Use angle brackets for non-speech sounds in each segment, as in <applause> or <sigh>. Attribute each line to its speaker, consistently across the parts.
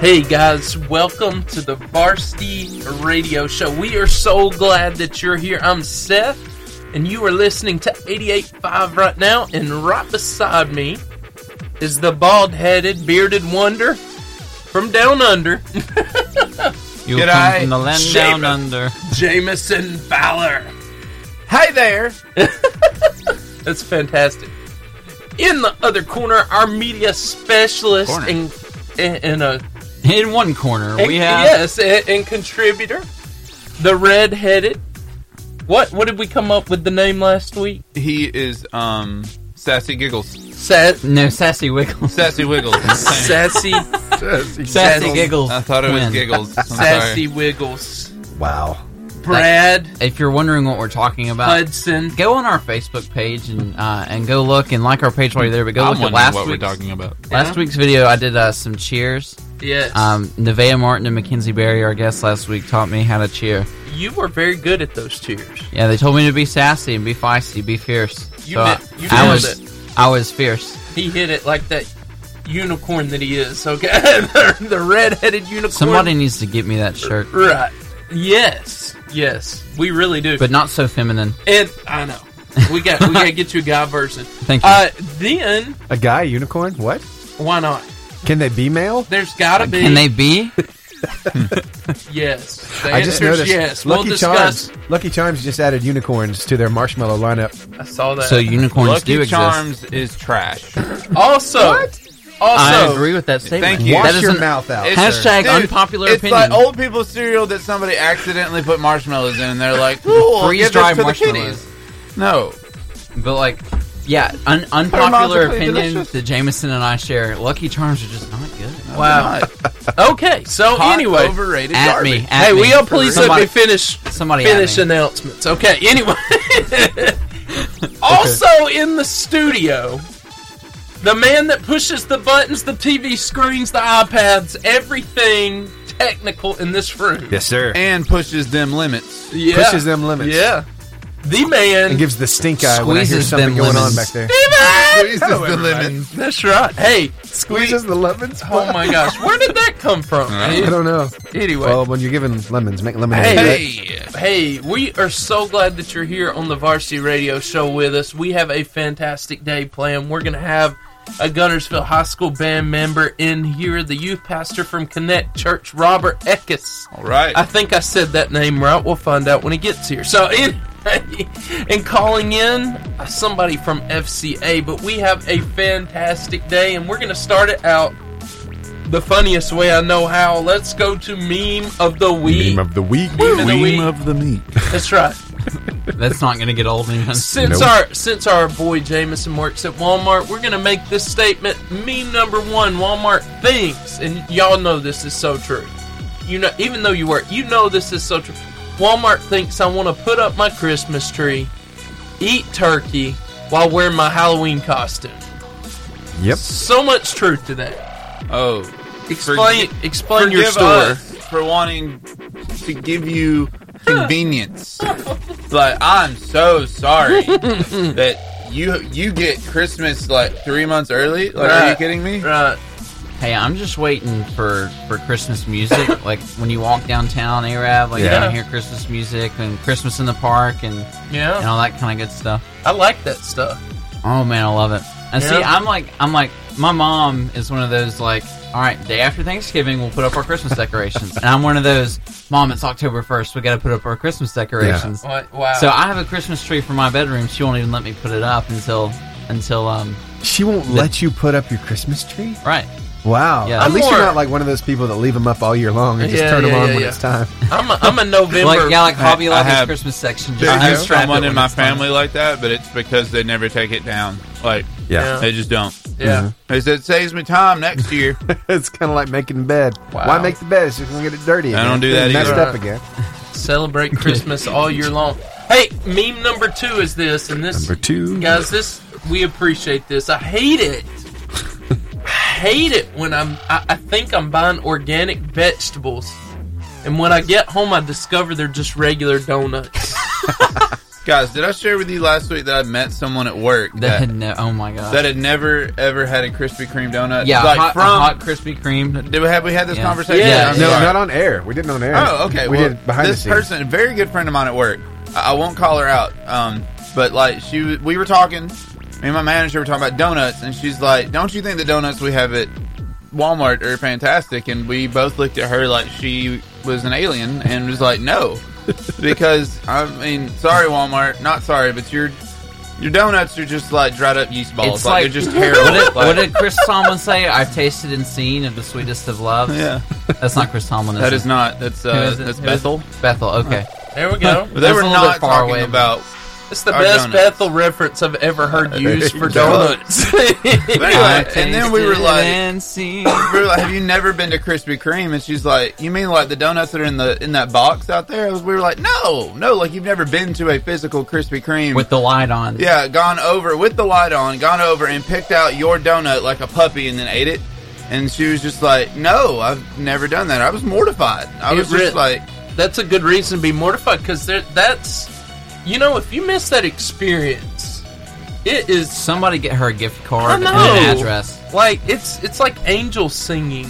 Speaker 1: Hey guys, welcome to the Varsity Radio Show. We are so glad that you're here. I'm Seth, and you are listening to 88.5 right now, and right beside me is the bald headed, bearded wonder from down under, <laughs>
Speaker 2: You
Speaker 3: Did
Speaker 2: come
Speaker 3: I
Speaker 2: from the land
Speaker 1: shave
Speaker 2: down
Speaker 1: it?
Speaker 2: under.
Speaker 1: Jameson Fowler.
Speaker 3: Hi there.
Speaker 1: <laughs> That's fantastic. In the other corner, our media specialist
Speaker 2: Corner.
Speaker 1: and, and, and a
Speaker 2: In one corner,
Speaker 1: And-
Speaker 2: we have
Speaker 1: yes, and, and contributor, the red-headed. What what did we come up with the name last week?
Speaker 3: He is um sassy giggles,
Speaker 1: Sa-
Speaker 2: no sassy wiggles.
Speaker 3: sassy wiggles.
Speaker 2: <laughs>
Speaker 1: <laughs>
Speaker 3: I
Speaker 1: sassy,
Speaker 2: Sassy giggles.
Speaker 3: thought it was
Speaker 2: Win.
Speaker 3: giggles. I'm
Speaker 1: sassy
Speaker 3: sorry.
Speaker 1: wiggles.
Speaker 4: Wow.
Speaker 1: Brad
Speaker 2: If you're wondering what we're talking about,
Speaker 1: Hudson.
Speaker 2: go on our Facebook page and uh, and go look and like our page while you're there. But go
Speaker 3: I'm
Speaker 2: look at
Speaker 3: wondering
Speaker 2: last
Speaker 3: what we're
Speaker 2: week's
Speaker 3: talking about.
Speaker 2: last
Speaker 1: Yeah.
Speaker 2: week's video. I did uh, some cheers.
Speaker 1: Yes,
Speaker 2: Um, Nevaeh Martin and Mackenzie Berry, our guests last week, taught me how to cheer.
Speaker 1: you were very good at those cheers.
Speaker 2: Yeah, they told me to be sassy and be feisty, be fierce.
Speaker 1: You
Speaker 2: so
Speaker 1: meant-
Speaker 2: I-
Speaker 1: you
Speaker 2: I
Speaker 1: nailed
Speaker 2: was
Speaker 1: it.
Speaker 2: I was fierce.
Speaker 1: He hit it like that unicorn that he is. Okay, <laughs> the, the red-headed unicorn.
Speaker 2: Somebody needs to get me that shirt,
Speaker 1: right? Yes, yes, we really do.
Speaker 2: but not so feminine.
Speaker 1: and I know we got we got to get you a guy version.
Speaker 2: Thank you.
Speaker 1: Uh, then
Speaker 4: A guy unicorn? What?
Speaker 1: why not?
Speaker 4: Can they be male?
Speaker 1: There's got to be.
Speaker 2: Can they be?
Speaker 1: Yes. The
Speaker 4: I
Speaker 1: answer's
Speaker 4: just noticed.
Speaker 1: Yes.
Speaker 4: Lucky
Speaker 1: we'll discuss.
Speaker 4: Charms. Lucky Charms just added unicorns to their marshmallow lineup.
Speaker 1: I saw that.
Speaker 2: So unicorns do
Speaker 3: Lucky
Speaker 2: exist.
Speaker 3: Charms is trash.
Speaker 1: also, also,
Speaker 2: I agree with that statement.
Speaker 3: Thank you.
Speaker 2: That
Speaker 4: Wash
Speaker 2: is
Speaker 4: your
Speaker 2: an-
Speaker 4: mouth out.
Speaker 3: It's-
Speaker 2: Hashtag
Speaker 3: Dude,
Speaker 2: unpopular
Speaker 3: it's
Speaker 2: opinion.
Speaker 3: like old people cereal that somebody accidentally put marshmallows in, and they're like, "Cool, I'll
Speaker 2: Freeze
Speaker 3: give
Speaker 2: dry
Speaker 3: this to the
Speaker 2: marshmallows.
Speaker 3: kiddies." No,
Speaker 2: but like, yeah, un- unpopular
Speaker 3: They're
Speaker 2: opinions
Speaker 3: delicious.
Speaker 2: that Jameson and I share. Lucky Charms are just not good. <laughs>
Speaker 1: wow. okay. So
Speaker 3: Hot,
Speaker 1: anyway,
Speaker 3: overrated
Speaker 2: At
Speaker 3: garbage.
Speaker 2: me. At
Speaker 1: hey,
Speaker 2: me.
Speaker 1: we all please let
Speaker 2: Somebody-
Speaker 1: me finish.
Speaker 2: Somebody at
Speaker 1: finish
Speaker 2: me.
Speaker 1: announcements. Okay. Anyway.
Speaker 2: <laughs>
Speaker 1: also in the studio. The man that pushes the buttons, the TV screens, the iPads, everything technical in this room.
Speaker 4: Yes, sir.
Speaker 3: And pushes them limits.
Speaker 1: Yeah.
Speaker 4: Pushes them limits.
Speaker 1: Yeah. The man
Speaker 4: And gives the stink eye when I hear
Speaker 2: Squeezes
Speaker 4: something
Speaker 2: them
Speaker 4: going
Speaker 2: lemons.
Speaker 4: on back there.
Speaker 3: Squeezes
Speaker 4: Hello,
Speaker 3: the
Speaker 4: everybody.
Speaker 3: lemons.
Speaker 1: That's right. Hey,
Speaker 4: Squeezes
Speaker 1: squeeze.
Speaker 4: the lemons?
Speaker 1: Oh my gosh, where did that come from?
Speaker 4: I don't know.
Speaker 1: Anyway,
Speaker 4: Well, when you're giving lemons, make
Speaker 1: Hey.
Speaker 4: lemonade. right?
Speaker 3: Hey,
Speaker 1: hey, we are so glad that you're here on the Varsity Radio Show with us. We have a fantastic day planned. We're gonna have a Gunnersville High School band member in here, the youth pastor from Connect Church, Robert Eckes.
Speaker 3: all right.
Speaker 1: I think I said that name right. We'll find out when he gets here. So, <laughs> anyway, and calling in uh, somebody from FCA, but we have a fantastic day, and we're going to start it out the funniest way I know how. Let's go to meme of the week.
Speaker 4: Meme of the week.
Speaker 1: Meme of the week.
Speaker 3: the meat.
Speaker 1: That's right.
Speaker 2: That's not going to get old, man.
Speaker 1: Since
Speaker 4: Nope.
Speaker 1: our since our boy Jameson works at Walmart, we're gonna make this statement meme number one. Walmart thinks, and y'all know this is so true. You know, even though you work, you know this is so true. Walmart thinks I want to put up my Christmas tree, eat turkey, while wearing my Halloween costume.
Speaker 4: <laughs> Yep.
Speaker 1: So much truth to that.
Speaker 3: Oh,
Speaker 1: Explain explain your
Speaker 3: forgive
Speaker 1: store.
Speaker 3: us for wanting to give you convenience. like I'm so sorry that you you get Christmas like three months early. Like, are you
Speaker 1: Right.
Speaker 3: kidding me?
Speaker 1: Right.
Speaker 2: Hey, I'm just waiting for for Christmas music. like when you walk downtown, Arab, like
Speaker 4: Yeah.
Speaker 2: you can hear Christmas music and Christmas in the park and and
Speaker 1: Yeah,
Speaker 2: all that kind of good stuff.
Speaker 1: I like that stuff.
Speaker 2: Oh man, I love it. And see,
Speaker 1: Yeah.
Speaker 2: I'm like, I'm like, my mom is one of those like, all right, day after Thanksgiving, we'll put up our Christmas decorations. and I'm one of those, mom, it's October 1st, we got to put up our Christmas decorations.
Speaker 1: What- Wow.
Speaker 2: So I have a Christmas tree for my bedroom. She won't even let me put it up until until um
Speaker 4: She won't let you put up your Christmas tree?
Speaker 2: right.
Speaker 4: Wow.
Speaker 2: Yeah.
Speaker 4: At
Speaker 2: I'm
Speaker 4: least you're
Speaker 1: more-
Speaker 4: not like one of those people that leave them up all year long and just
Speaker 1: Yeah,
Speaker 4: turn them
Speaker 1: yeah,
Speaker 4: on
Speaker 1: yeah,
Speaker 4: when
Speaker 1: yeah.
Speaker 4: it's time.
Speaker 1: I'm a, I'm a November.
Speaker 2: <laughs> Like yeah, like Hobby
Speaker 3: I
Speaker 2: Lobby's
Speaker 3: have-
Speaker 2: Christmas section.
Speaker 3: There's
Speaker 2: Just
Speaker 3: just
Speaker 2: strap it
Speaker 3: someone
Speaker 2: when
Speaker 3: in my
Speaker 2: it's done.
Speaker 3: family like that, but it's because they never take it down. Like
Speaker 1: Yeah.
Speaker 3: they just don't.
Speaker 1: yeah.
Speaker 3: They said saves me time next year.
Speaker 4: <laughs> it's kind of like making the bed.
Speaker 1: Wow.
Speaker 4: Why make the bed? It's just gonna get it dirty.
Speaker 3: I
Speaker 4: again.
Speaker 3: don't do that
Speaker 4: Messed
Speaker 3: either.
Speaker 4: up again. <laughs>
Speaker 1: celebrate Christmas all year long. Hey, meme number two is this, and this
Speaker 4: two.
Speaker 1: guys, this we appreciate this. I hate it. I hate it when I'm. I, I think I'm buying organic vegetables, and when I get home, I discover they're just regular donuts.
Speaker 3: Guys, did I share with you last week that I met someone at work
Speaker 2: <laughs> That
Speaker 3: that,
Speaker 2: had ne- oh my god.
Speaker 3: that had never ever had a Krispy Kreme donut?
Speaker 2: yeah,
Speaker 3: like
Speaker 2: hot,
Speaker 3: from
Speaker 2: a hot Krispy Kreme.
Speaker 3: did we have we had this
Speaker 2: Yeah.
Speaker 3: conversation?
Speaker 1: Yeah.
Speaker 3: I'm
Speaker 4: No,
Speaker 3: sorry.
Speaker 4: not on air. We didn't on air. <laughs>
Speaker 3: Oh, okay.
Speaker 4: We
Speaker 3: well,
Speaker 4: did behind
Speaker 3: this
Speaker 4: the scenes.
Speaker 3: person, a very good friend of mine at work. I, I won't call her out, um, but like she, w- we were talking. Me and my manager were talking about donuts, and she's like, "Don't you think the donuts we have at Walmart are fantastic?" And we both looked at her like she was an alien, and was like,
Speaker 4: <laughs>
Speaker 3: "No," because I mean, sorry, Walmart, not sorry, but your your donuts are just like dried up yeast balls.
Speaker 2: It's
Speaker 3: like,
Speaker 2: like-
Speaker 3: they're
Speaker 2: <laughs>
Speaker 3: just
Speaker 2: What
Speaker 3: terrible.
Speaker 2: did,
Speaker 3: Like,
Speaker 2: what did Chris Tomlin say? I've tasted and seen of the sweetest of loves.
Speaker 3: yeah,
Speaker 2: That's not Chris Tomlin.
Speaker 3: that
Speaker 2: it?
Speaker 3: is not. That's
Speaker 2: Who
Speaker 3: uh,
Speaker 2: is it?
Speaker 3: that's
Speaker 2: Who is it?
Speaker 3: Bethel.
Speaker 2: Bethel. Okay.
Speaker 1: There we
Speaker 4: <laughs>
Speaker 1: go.
Speaker 3: But they
Speaker 2: That's
Speaker 3: were
Speaker 2: a little bit
Speaker 3: not
Speaker 2: far
Speaker 3: talking
Speaker 2: away, but-
Speaker 3: about
Speaker 1: It's the
Speaker 3: Our
Speaker 1: best
Speaker 3: donuts.
Speaker 1: Bethel reference I've ever heard used
Speaker 4: you
Speaker 1: for
Speaker 4: go. <laughs>
Speaker 1: donuts. <laughs>
Speaker 3: But anyway, and then we were
Speaker 2: Tasted
Speaker 3: like-
Speaker 2: Uh, and seen.
Speaker 3: we were like, "Have you never been to Krispy Kreme?" And she's like, "You mean like the donuts that are in the in that box out there?" We were like, "No, no, like you've never been to a physical Krispy Kreme."
Speaker 2: with the light on.
Speaker 3: yeah, gone over with the light on, gone over and picked out your donut like a puppy and then ate it. And she was just like, "No, I've never done that." I was mortified. I
Speaker 1: It
Speaker 3: was
Speaker 1: really-
Speaker 3: just like,
Speaker 1: that's a good reason to be mortified because that's you know if you miss that experience, it is
Speaker 2: Somebody get her a gift card and
Speaker 1: I
Speaker 2: an
Speaker 1: know.
Speaker 2: address.
Speaker 1: like it's it's like angels singing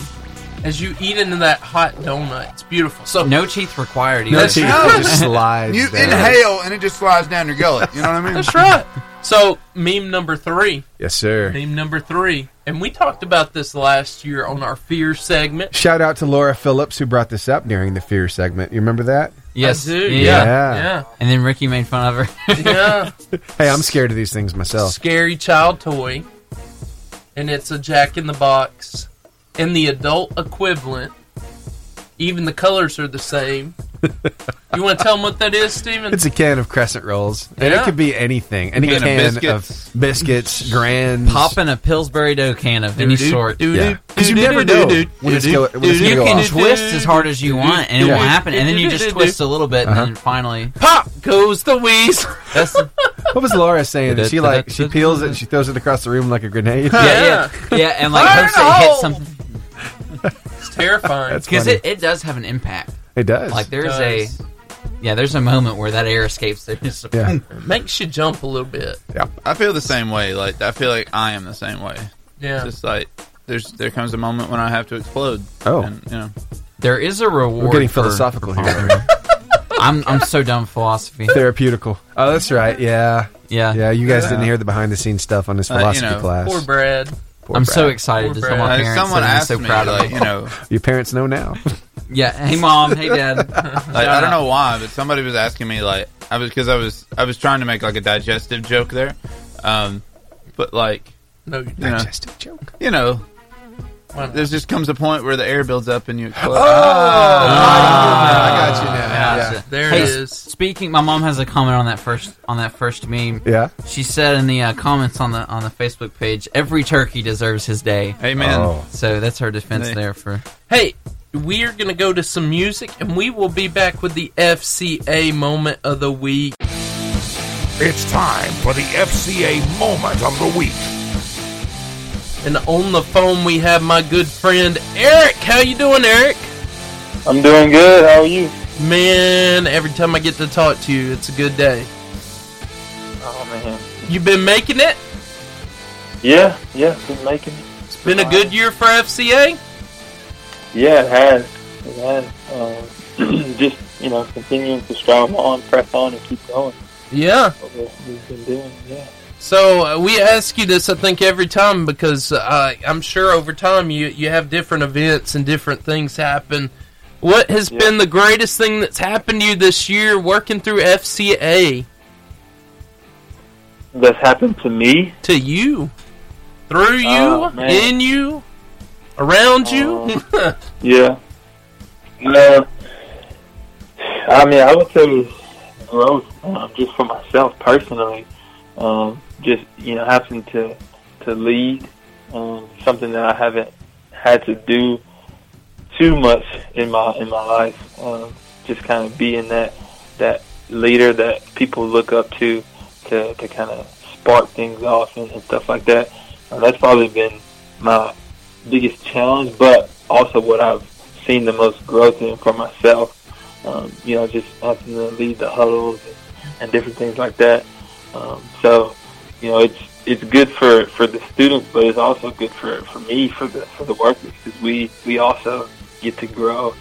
Speaker 1: as you eat into that hot donut. It's beautiful. So
Speaker 2: No teeth required. Either.
Speaker 4: No teeth.
Speaker 3: how-
Speaker 4: It just slides.
Speaker 3: <laughs> "You
Speaker 4: down.
Speaker 3: inhale and it just slides down your gullet." You know what I mean? <laughs>
Speaker 1: that's right. So meme number three.
Speaker 4: Yes, sir.
Speaker 1: Meme number three, and we talked about this last year on our fear segment.
Speaker 4: Shout out to Laura Phillips who brought this up during the fear segment. You remember that?
Speaker 2: Yes.
Speaker 1: I do.
Speaker 4: Yeah.
Speaker 1: yeah,
Speaker 2: And then Ricky made fun of her.
Speaker 1: <laughs> yeah. yeah.
Speaker 4: Hey, I'm scared of these things <laughs> myself.
Speaker 1: scary child toy, and it's a Jack in the Box, and the adult equivalent. Even the colors are the same. you want to tell them what that is, Steven?
Speaker 4: It's a can of crescent rolls, and it
Speaker 1: Yeah.
Speaker 4: could be anything. Any
Speaker 3: Can
Speaker 4: can,
Speaker 3: of biscuits.
Speaker 4: of biscuits, grands,
Speaker 2: Popping a Pillsbury dough can of any sort.
Speaker 4: Yeah, because you never know when it's go- when it's gonna
Speaker 2: You
Speaker 4: go
Speaker 2: can
Speaker 4: off.
Speaker 2: twist as hard as you want, and it
Speaker 4: Yeah.
Speaker 2: won't happen. And then you just twist a little bit, and then finally,
Speaker 1: Pop goes the weasel.
Speaker 2: that's yeah,
Speaker 4: What was Laura saying? That she like she peels it and she throws it across the room like a grenade.
Speaker 2: yeah, yeah, and like
Speaker 1: Fire in
Speaker 2: hopes
Speaker 1: the
Speaker 2: it hits
Speaker 1: hole!
Speaker 2: something
Speaker 1: It's terrifying.
Speaker 4: That's
Speaker 2: because
Speaker 4: funny.
Speaker 2: it, it does have an impact.
Speaker 4: It does.
Speaker 2: Like there is a
Speaker 1: Does.
Speaker 2: yeah, there's a moment where that air escapes. There,
Speaker 4: yeah.
Speaker 1: It makes you jump a little bit.
Speaker 4: yeah.
Speaker 3: I feel the same way. Like I feel like I am the same way.
Speaker 1: Yeah.
Speaker 3: Just like there's there comes a moment when I have to explode.
Speaker 4: Oh.
Speaker 3: and, you know.
Speaker 2: there is a reward.
Speaker 4: We're getting
Speaker 2: for-
Speaker 4: philosophical here. <laughs>
Speaker 2: I'm I'm so dumb with philosophy.
Speaker 4: Therapeutical. Oh, that's right. Yeah.
Speaker 2: Yeah,
Speaker 4: Yeah, you guys
Speaker 3: Yeah.
Speaker 4: didn't hear the behind the scenes stuff on this
Speaker 3: Uh, you
Speaker 4: philosophy
Speaker 3: know,
Speaker 4: class.
Speaker 1: Poor Brad.
Speaker 4: Poor
Speaker 2: I'm so
Speaker 4: brat.
Speaker 2: excited to
Speaker 1: Poor
Speaker 2: tell
Speaker 1: Brad.
Speaker 2: my
Speaker 3: Like,
Speaker 2: parents.
Speaker 3: someone
Speaker 2: that I'm
Speaker 3: asked
Speaker 2: so
Speaker 3: me,
Speaker 2: proud of
Speaker 3: like,
Speaker 2: them. <laughs>
Speaker 3: you know,
Speaker 4: Your parents know now.
Speaker 2: Yeah, hey mom, hey
Speaker 3: <laughs>
Speaker 2: dad.
Speaker 3: like, I
Speaker 2: Shout
Speaker 3: don't
Speaker 2: out.
Speaker 3: know why, but somebody was asking me like I was because I was I was trying to make like a digestive joke there, um, but like
Speaker 1: No, you
Speaker 3: Yeah.
Speaker 1: didn't.
Speaker 4: Digestive joke.
Speaker 3: you know,
Speaker 1: Why not?
Speaker 3: there just comes a point where the air builds
Speaker 2: <gasps>
Speaker 3: up and you explode.
Speaker 2: Oh.
Speaker 4: I got you now.
Speaker 2: Gotcha.
Speaker 4: Yeah.
Speaker 1: There
Speaker 2: Hey,
Speaker 1: it is.
Speaker 2: Speaking, my mom has a comment on that first on that first meme.
Speaker 4: Yeah.
Speaker 2: She said in the uh, comments on the on the Facebook page, every turkey deserves his day.
Speaker 3: Amen.
Speaker 4: Oh.
Speaker 2: So that's her defense
Speaker 3: Hey.
Speaker 2: there for
Speaker 1: Hey, we are going to go to some music, and we will be back with the FCA moment of the week.
Speaker 5: It's time for the FCA moment of the week.
Speaker 1: And on the phone we have my good friend Eric. How you doing, Eric?
Speaker 6: I'm doing good. How are you?
Speaker 1: Man, every time I get to talk to you, it's a good day.
Speaker 6: Oh man.
Speaker 1: You've been making it.
Speaker 6: Yeah, yeah. Been making. it.
Speaker 1: It's been a good year for FCA.
Speaker 6: Yeah, it has. It has. Um, <clears throat> just you know, continuing to strive on, press on, and keep going.
Speaker 1: Yeah.
Speaker 6: That's What we've been doing. Yeah.
Speaker 1: So uh, we ask you this, I think, every time because uh, I'm sure over time you you have different events and different things happen. What has
Speaker 6: Yeah.
Speaker 1: been the greatest thing that's happened to you this year working through FCA
Speaker 6: That's happened to me.
Speaker 1: to you, through you,
Speaker 6: Oh, man. Um,
Speaker 1: in you, around you? <laughs>
Speaker 6: Yeah. No. I mean, I would say growth, um, just for myself personally. Um, just you know, having to to lead um, something that I haven't had to do too much in my in my life. Um, just kind of being that that leader that people look up to to, to kind of spark things off and, and stuff like that. Uh, that's probably been my biggest challenge, but also what I've seen the most growth in for myself. Um, you know, just having to lead the huddles and different things like that. Um, so, you know, it's it's good for, for the students, but it's also good for, for me for the for the workers because we, we also get to grow.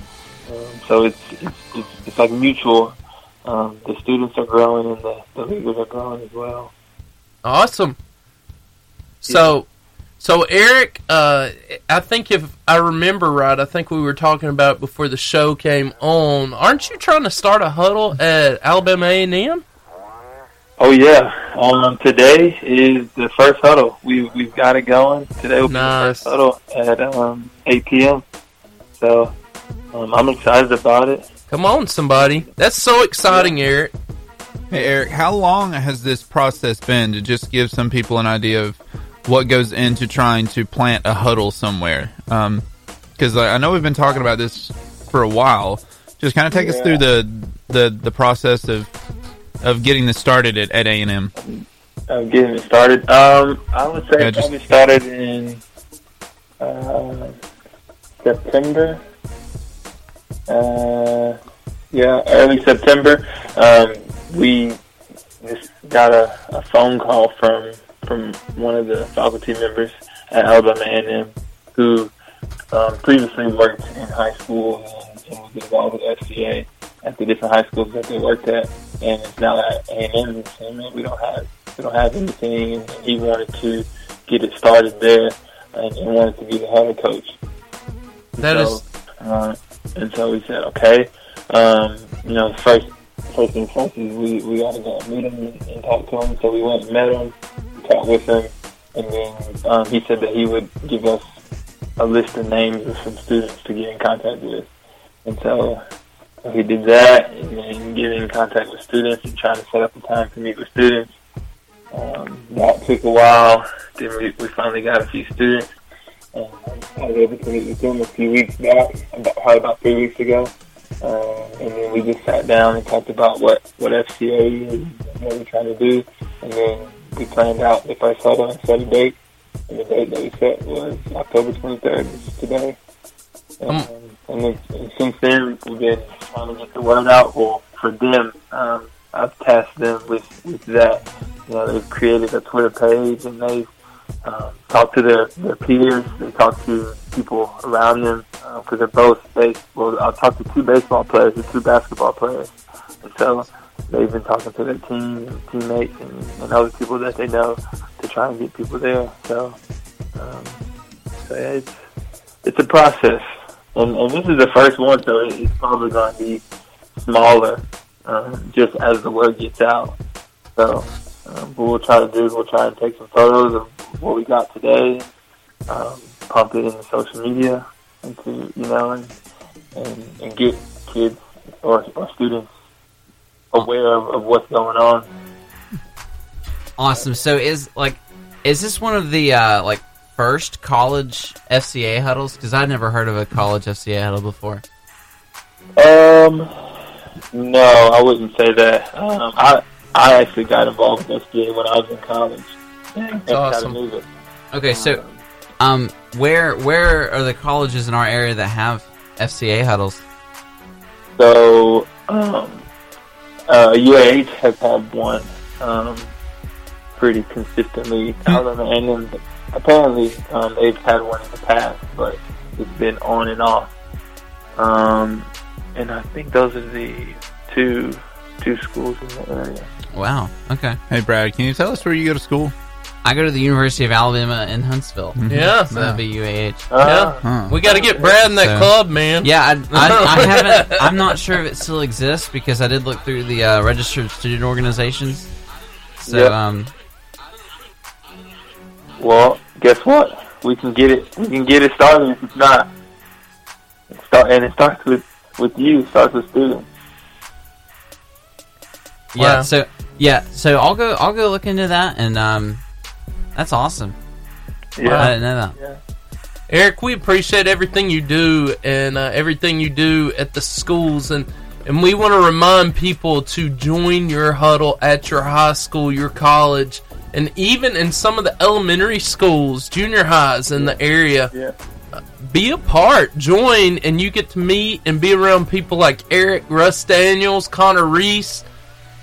Speaker 6: Um, so it's, it's it's it's like mutual. Um, the students are growing and the, the leaders are growing as well.
Speaker 1: Awesome. So, so Eric, uh, I think if I remember right, I think we were talking about before the show came on. Aren't you trying to start a huddle at Alabama A and M?
Speaker 6: Oh yeah. Um, today is the first huddle. We we've got it going. Today will
Speaker 1: Nice.
Speaker 6: be the first huddle at um, 8 p.m. So um, I'm excited about it.
Speaker 1: Come on, somebody! That's so exciting, Eric.
Speaker 3: Hey Eric, how long has this process been to just give some people an idea of what goes into trying to plant a huddle somewhere? Because I I know we've been talking about this for a while. Just kind of take us through the the the process of of getting this started at at A and M.
Speaker 6: I'm getting it started. Um, I would say
Speaker 3: Yeah,
Speaker 6: it
Speaker 3: just-
Speaker 6: probably started in uh, September. Uh, yeah, early September. Um, we just got a, a phone call from from one of the faculty members at Alabama A&M who um, previously worked in high school and, and was involved with SCA at the different high schools that they worked at, and it's now at A&M. And so, man, we don't have we don't have anything, and he wanted to get it started there, and, and wanted to be the head coach.
Speaker 1: That is-
Speaker 6: uh, and so we said, okay, um, you know, first first things first is we we got to go and meet him and, and talk to him. So we went and met him, talked with him, and then um, he said that he would give us a list of names of some students to get in contact with, and so. We did that and then getting in contact with students and trying to set up a time to meet with students. Um, that took a while. Then we, we finally got a few students. Um, I was able to meet with them a few weeks back, about, probably about three weeks ago. Uh, and then we just sat down and talked about what, what FCA is and what we're trying to do. And then we planned out the first huddle and set a date. And the date that we set was October 23rd, which is today. Um, and, then, and since then, we've been trying to get the word out. Well, for them, um, I've tasked them with, with that. You know, they've created a Twitter page and they've um, talked to their, their peers. They talk to people around them because they're both base. Well, I've talked to two baseball players and two basketball players, and so they've been talking to their team, and teammates, and, and other people that they know to try and get people there. So, um, so yeah, it's it's a process, and, and this is the first one, so it- it's probably going to be smaller um, just as the word gets out. So, um, what we'll try to do is we'll try and take some photos of what we got today, um, pump it into social media, and to, you know, and, and, and get kids or, or students aware of, of what's going on.
Speaker 2: Awesome. So is like, is this one of the uh, like first college FCA huddles? Because I never heard of a college FCA huddle before.
Speaker 6: Um, no, I wouldn't say that. Um, I I actually got involved with SBA when I was in college. That's
Speaker 1: awesome.
Speaker 6: Chattanooga.
Speaker 2: Okay, so um, where where are the colleges in our area that have FCA huddles?
Speaker 6: So, um, uh, UAH has had one um, pretty consistently. I don't know, and then apparently um, they've had one in the past, but it's been on and off. Um, and I think those are the two two schools in the area.
Speaker 2: Wow. Okay,
Speaker 3: Hey Brad, can you tell us where you go to school?
Speaker 2: I go to the University of Alabama in Huntsville.
Speaker 1: Yeah,
Speaker 2: So that'd be UAH.
Speaker 6: Ah,
Speaker 3: Huh.
Speaker 1: we got to get Brad in that
Speaker 2: So-
Speaker 1: club, man.
Speaker 2: Yeah, I, I, I haven't. I'm not sure if it still exists because I did look through the uh, registered student organizations. So
Speaker 6: Yep.
Speaker 2: um,
Speaker 6: Well, guess what? We can get it. We can get it started. If it's not, it start and it starts with with you. It starts with students.
Speaker 2: yeah.
Speaker 1: Wow.
Speaker 2: So yeah. So I'll go. I'll go look into that, and um, that's awesome. I didn't know that.
Speaker 1: Eric, we appreciate everything you do and uh, everything you do at the schools and and we want to remind people to join your huddle at your high school, your college, and even in some of the elementary schools, junior highs in the area.
Speaker 6: Yeah.
Speaker 1: Be a part, join, and you get to meet and be around people like Eric, Russ Daniels, Connor Reese,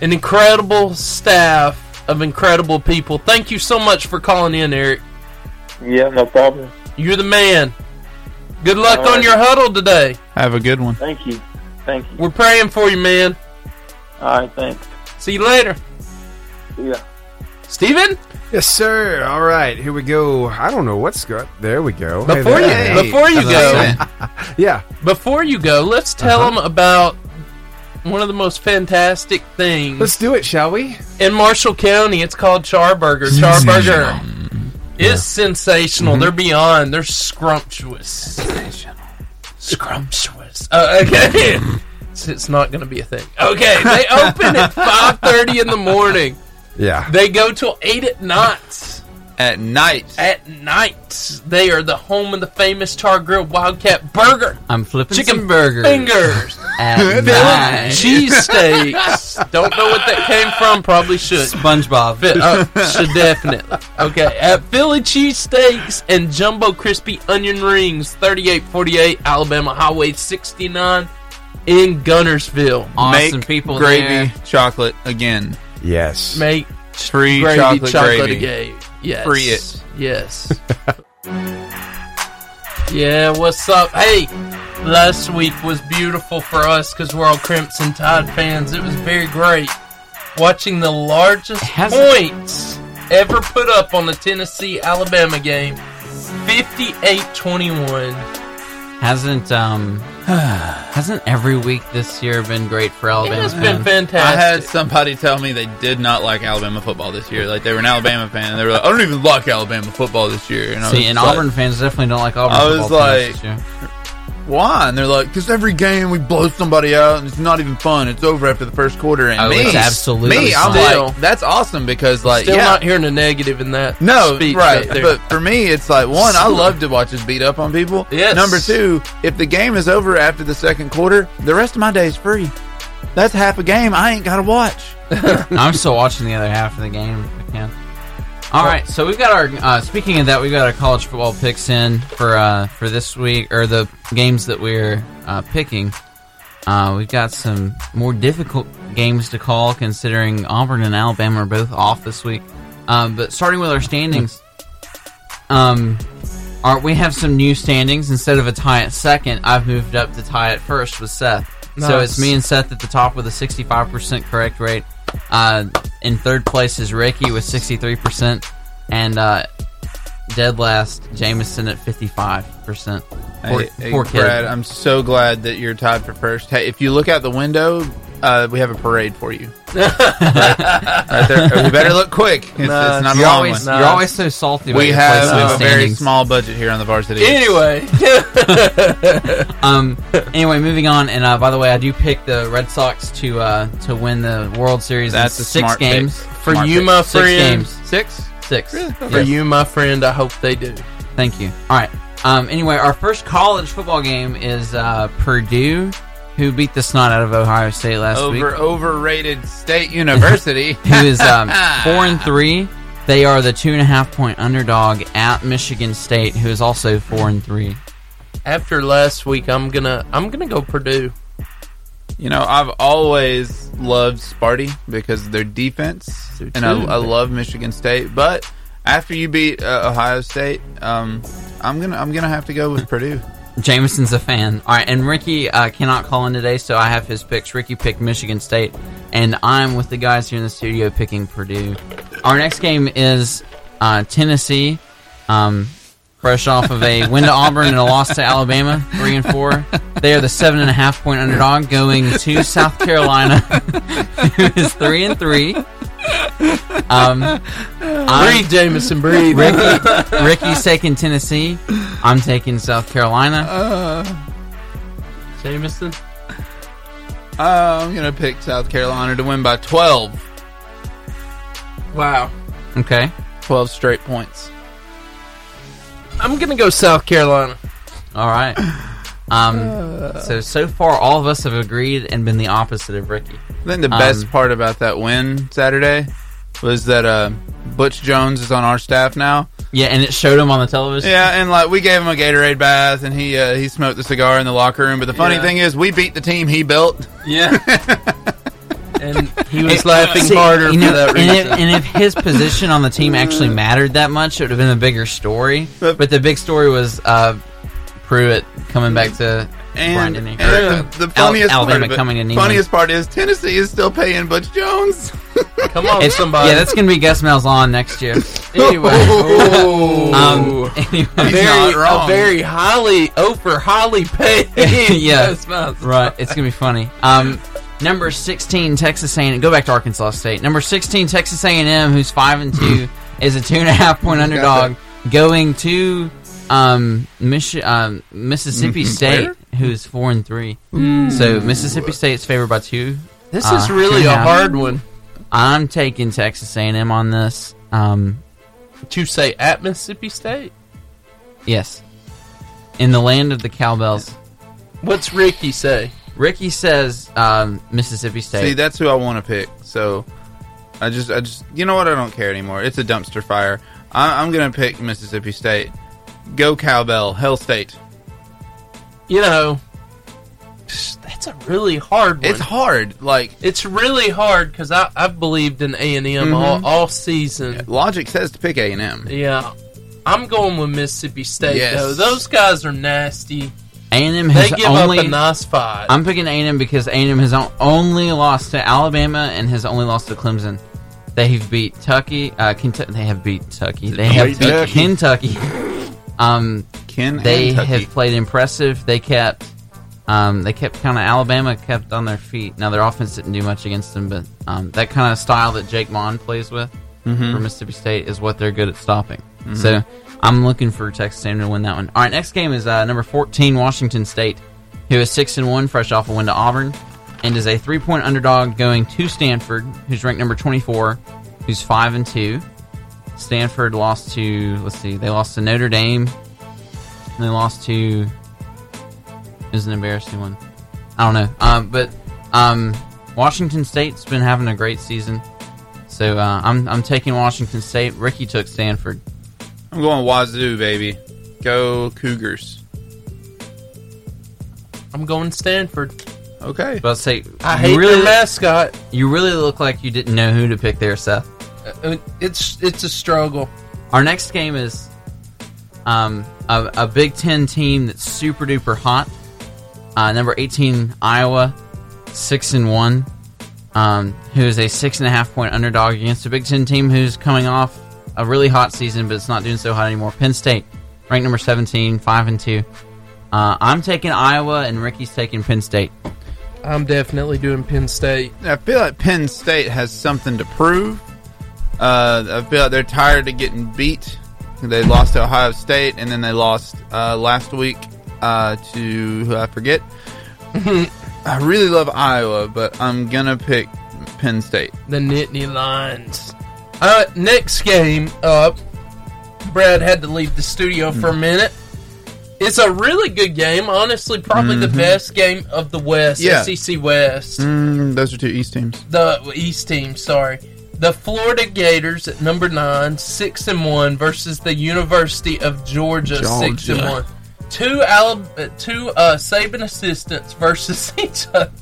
Speaker 1: an incredible staff of incredible people. Thank you so much for calling in, Eric.
Speaker 6: Yeah, no problem.
Speaker 1: You're the man. Good luck
Speaker 6: All right.
Speaker 1: on your huddle today.
Speaker 3: Have a good one.
Speaker 6: Thank you. Thank you.
Speaker 1: We're praying for you, man.
Speaker 6: All right, thanks.
Speaker 1: See you later.
Speaker 6: Yeah.
Speaker 1: Steven,
Speaker 4: Yes, sir. All right, here we go. I don't know what's good. There we go. Hey Uh-huh.
Speaker 1: before you
Speaker 4: there.
Speaker 1: before you go,
Speaker 4: yeah,
Speaker 1: before you go, let's tell them about one of the most fantastic things
Speaker 4: let's do it, shall we?
Speaker 1: in Marshall County. It's called Charburger. Charburger is sensational.
Speaker 4: Mm-hmm.
Speaker 1: They're beyond. They're scrumptious. Scrumptious. Uh,
Speaker 4: <laughs>
Speaker 1: okay. It's- It's not going to be a thing. Okay, they open
Speaker 4: <laughs>
Speaker 1: at five thirty in the morning.
Speaker 4: Yeah.
Speaker 1: They go till eight at night.
Speaker 3: At night.
Speaker 1: At night, they are the home of the famous Char Grill Wildcat Burger,
Speaker 2: I'm flipping
Speaker 1: Chicken
Speaker 2: some burgers
Speaker 1: fingers,
Speaker 2: at
Speaker 1: Philly
Speaker 2: night.
Speaker 1: cheesesteaks. Don't know what that came from. Probably should.
Speaker 2: SpongeBob.
Speaker 1: Fit, uh, should definitely. Okay, at Philly cheesesteaks and jumbo crispy onion rings, thirty-eight forty-eight Alabama Highway sixty-nine in Gunnersville.
Speaker 2: Awesome people
Speaker 3: gravy
Speaker 2: there.
Speaker 3: chocolate again.
Speaker 4: Yes.
Speaker 1: Make
Speaker 3: Free
Speaker 1: gravy
Speaker 3: chocolate,
Speaker 1: chocolate,
Speaker 3: gravy.
Speaker 1: again. Yes.
Speaker 3: Free it. <laughs>
Speaker 1: Yes. yeah, what's up? Hey, last week was beautiful for us because we're all Crimson Tide fans. It was very great watching the largest
Speaker 2: has-
Speaker 1: points ever put up on a Tennessee Alabama game 58 21.
Speaker 2: Hasn't um <sighs> hasn't every week this year been great for
Speaker 1: It
Speaker 2: Alabama?
Speaker 1: has been
Speaker 2: fans?
Speaker 1: fantastic.
Speaker 3: I had somebody tell me they did not like Alabama football this year. Like they were an Alabama fan, and they were like, "I don't even like Alabama football this year." And I
Speaker 2: See,
Speaker 3: was
Speaker 2: and
Speaker 3: like,
Speaker 2: Auburn fans definitely don't like Auburn.
Speaker 3: I was
Speaker 2: football fans
Speaker 3: like-
Speaker 2: this year.
Speaker 3: why? And they're like, "Because every game we blow somebody out, and it's not even fun. It's over after the first quarter." And
Speaker 2: Oh,
Speaker 3: me,
Speaker 2: it's absolutely
Speaker 3: me, I'm
Speaker 1: fun. Still-
Speaker 3: like, "That's awesome," because like,
Speaker 1: Still
Speaker 3: yeah,
Speaker 1: not hearing a negative in that.
Speaker 3: No,
Speaker 1: speech
Speaker 3: right.
Speaker 1: up there.
Speaker 3: But for me, it's like one, I love to watch us beat up on people.
Speaker 1: Yes.
Speaker 3: Number two, if the game is over after the second quarter, the rest of my day is free. That's half a game I ain't got to watch.
Speaker 2: I'm still watching the other half of the game. If I can. All right, so we've got our. Uh, speaking of that, we've got our college football picks in for uh, for this week, or the games that we're uh, picking. Uh, we've got some more difficult games to call, considering Auburn and Alabama are both off this week. Um, but starting with our standings, um, our, we have some new standings. Instead of a tie at second, I've moved up to tie at first with Seth. So
Speaker 1: Nice.
Speaker 2: it's me and Seth at the top with a 65% correct rate. Uh, in third place is Ricky with 63%, and uh, dead last, Jameson at 55%. Poor, poor kid.
Speaker 3: Brad, I'm so glad that you're tied for first. Hey, if you look out the window, uh, we have a parade for <laughs> you. right, right there. We better look quick. It's,
Speaker 1: Nah,
Speaker 3: it's not a
Speaker 2: You're
Speaker 3: long
Speaker 2: always,
Speaker 3: one. Uh,
Speaker 2: you're always so salty. about
Speaker 3: We
Speaker 2: your
Speaker 3: have,
Speaker 2: place
Speaker 3: we
Speaker 2: in
Speaker 3: have
Speaker 2: the
Speaker 3: a very
Speaker 2: standings.
Speaker 3: small budget here on the varsity. <laughs>
Speaker 1: anyway.
Speaker 2: Um. Anyway, moving on. And uh, by the way, I do pick the Red Sox to uh, to win the World Series. in
Speaker 3: That's a
Speaker 2: six
Speaker 3: smart pick.
Speaker 2: games
Speaker 1: For
Speaker 3: Smart
Speaker 1: you,
Speaker 3: pick.
Speaker 1: my
Speaker 2: Six
Speaker 1: friend.
Speaker 2: games.
Speaker 3: Six?
Speaker 2: Six.
Speaker 1: For
Speaker 2: Yes.
Speaker 1: you, my friend, I hope they do.
Speaker 2: Thank you. All right. Um. Anyway, our first college football game is uh, Purdue, who beat the snot out of Ohio State last week.
Speaker 1: <laughs>
Speaker 3: Over overrated
Speaker 2: <laughs>
Speaker 3: state university.
Speaker 2: who is um,
Speaker 3: <laughs>
Speaker 2: four and three. They are the two and a half point underdog at Michigan State, who is also four and three.
Speaker 1: After last week, I'm gonna I'm gonna go Purdue.
Speaker 3: You know, I've always loved Sparty because of their defense,
Speaker 1: So
Speaker 3: and I,
Speaker 1: true.
Speaker 3: I love Michigan State. But after you beat uh, Ohio State, um, I'm gonna I'm gonna have to go with Purdue.
Speaker 2: Jameson's a fan. All right, and Ricky uh, cannot call in today, so I have his picks. Ricky picked Michigan State, and I'm with the guys here in the studio picking Purdue. Our next game is uh, Tennessee, um, fresh off of a win to Auburn and a loss to Alabama, three and four. They are the seven and a half point underdog going to South Carolina, <laughs> who is three and three. Um, I'm-
Speaker 1: Breathe, Jameson, breathe.
Speaker 2: Ricky, Ricky's taking Tennessee. I'm taking South Carolina.
Speaker 1: Jameson,
Speaker 3: Uh, I'm gonna pick South Carolina to win by 12,
Speaker 1: wow.
Speaker 2: Okay.
Speaker 3: 12 straight points.
Speaker 1: I'm gonna go South Carolina.
Speaker 2: All right. Um, so so far, all of us have agreed and been the opposite of Ricky.
Speaker 3: I think the
Speaker 2: Um,
Speaker 3: best part about that win Saturday was that uh, Butch Jones is on our staff now.
Speaker 2: Yeah, and it showed him on the television.
Speaker 3: Yeah, and like we gave him a Gatorade bath, and he uh, he smoked the cigar in the locker room. But the funny
Speaker 1: Yeah.
Speaker 3: thing is, we beat the team he built.
Speaker 1: Yeah. and He
Speaker 2: <laughs>
Speaker 1: was laughing
Speaker 2: See,
Speaker 1: harder
Speaker 2: you know,
Speaker 1: for that
Speaker 2: and,
Speaker 1: reason.
Speaker 2: if, and if his position on the team actually mattered that much, it would have been a bigger story.
Speaker 3: But-
Speaker 2: But, the big story was uh, Pruitt coming back to
Speaker 3: And,
Speaker 2: Brian Dennehy.
Speaker 3: and the, the
Speaker 2: Al-
Speaker 3: funniest
Speaker 2: Alabama
Speaker 3: part, of
Speaker 2: coming
Speaker 3: it,
Speaker 2: to Neyland.
Speaker 3: funniest part is Tennessee is still paying Butch Jones.
Speaker 1: Come on,
Speaker 2: It's-
Speaker 1: somebody.
Speaker 2: Yeah, that's gonna be Gus Malzahn next year. <laughs>
Speaker 1: anyway.
Speaker 2: Um,
Speaker 1: A
Speaker 2: <laughs> anyway,
Speaker 3: He's
Speaker 1: very,
Speaker 3: not wrong.
Speaker 1: a very highly over highly paid.
Speaker 2: <laughs>
Speaker 1: <laughs>
Speaker 2: Yeah.
Speaker 1: That's my-
Speaker 2: right, it's gonna be funfunny. Um, number sixteen, Texas A&M. Go back to Arkansas State. Number sixteen, Texas A&M, who's five and
Speaker 1: <laughs>
Speaker 2: two, is a two and a half point underdog going to um, Michi- um Mississippi
Speaker 1: Mm-hmm.
Speaker 2: State, who's four and three.
Speaker 1: Mm.
Speaker 2: So Mississippi State's favored by two.
Speaker 1: This
Speaker 2: Uh,
Speaker 1: is really
Speaker 2: two and
Speaker 1: a
Speaker 2: a half.
Speaker 1: hard one
Speaker 2: I'm taking Texas A&M on this. Um,
Speaker 1: to say at Mississippi State.
Speaker 2: yes, in the land of the cowbells.
Speaker 1: What's Ricky say?
Speaker 2: Ricky says um, Mississippi State.
Speaker 3: See, that's who I want to pick. So I just, I just, you know what? I don't care anymore. It's a dumpster fire. I, I'm gonna pick Mississippi State. Go cowbell, hell state.
Speaker 1: You know, that's a really hard one.
Speaker 3: It's hard. Like
Speaker 1: It's really hard because I I've believed in A and M all all season.
Speaker 3: logic says to pick A and M.
Speaker 1: Yeah. I'm going with Mississippi State
Speaker 3: Yes.
Speaker 1: though. Those guys are nasty.
Speaker 2: A&M
Speaker 1: They
Speaker 2: has
Speaker 1: give
Speaker 2: only.
Speaker 1: up a nice fight.
Speaker 2: I'm picking A&M because A&M has on- only lost to Alabama and has only lost to Clemson. They've beat Tucky. Uh, Kentucky. They have beat Tucky. They have beat
Speaker 4: Kentucky.
Speaker 2: Kentucky. <laughs> Um,
Speaker 3: Ken
Speaker 2: they
Speaker 3: and Tucky.
Speaker 2: have played impressive. They kept. Um, they kept kind of Alabama kept on their feet. Now their offense didn't do much against them, but um, that kind of style that Jake Mon plays with for Mississippi State is what they're good at stopping. So I'm looking for Texas A&M to win that one. All right, next game is uh, number 14 Washington State, who is six and one, fresh off a win to Auburn, and is a three point underdog going to Stanford, who's ranked number 24, who's five and two. Stanford lost to let's see, they lost to Notre Dame, and they lost to it was an embarrassing one. I don't know. Um, but um, Washington State's been having a great season. So uh, I'm, I'm taking Washington State. Ricky took Stanford.
Speaker 3: I'm going Wazoo, baby. Go Cougars.
Speaker 1: I'm going Stanford.
Speaker 3: Okay.
Speaker 2: But I'll say,
Speaker 1: I
Speaker 2: you,
Speaker 1: hate
Speaker 2: really,
Speaker 1: their mascot.
Speaker 2: you really look like you didn't know who to pick there, Seth.
Speaker 1: Uh, It's it's a struggle.
Speaker 2: Our next game is um, a, a Big Ten team that's super duper hot. Uh, number 18, Iowa, 6 and 1, um, who is a 6.5 point underdog against a Big Ten team who's coming off a really hot season, but it's not doing so hot anymore. Penn State, ranked number 17, 5 and 2. Uh, I'm taking Iowa, and Ricky's taking Penn State.
Speaker 1: I'm definitely doing Penn State.
Speaker 3: I feel like Penn State has something to prove. Uh, I feel like they're tired of getting beat. They lost to Ohio State, and then they lost uh, last week uh, to who I <laughs> forget. I really love Iowa, but I'm gonna pick Penn State.
Speaker 1: The Nittany Lions. Uh, next game up. Brad had to leave the studio for a minute. It's a really good game. Honestly, probably the best game of the West,
Speaker 3: Yeah.
Speaker 1: SEC West.
Speaker 3: Mm, those are two East teams.
Speaker 1: the East team, sorry. The Florida Gators at number nine, six and one, versus the University of Georgia, six and
Speaker 3: Georgia.
Speaker 1: one. Two Alab- uh, two uh, Saban assistants versus <laughs> each other.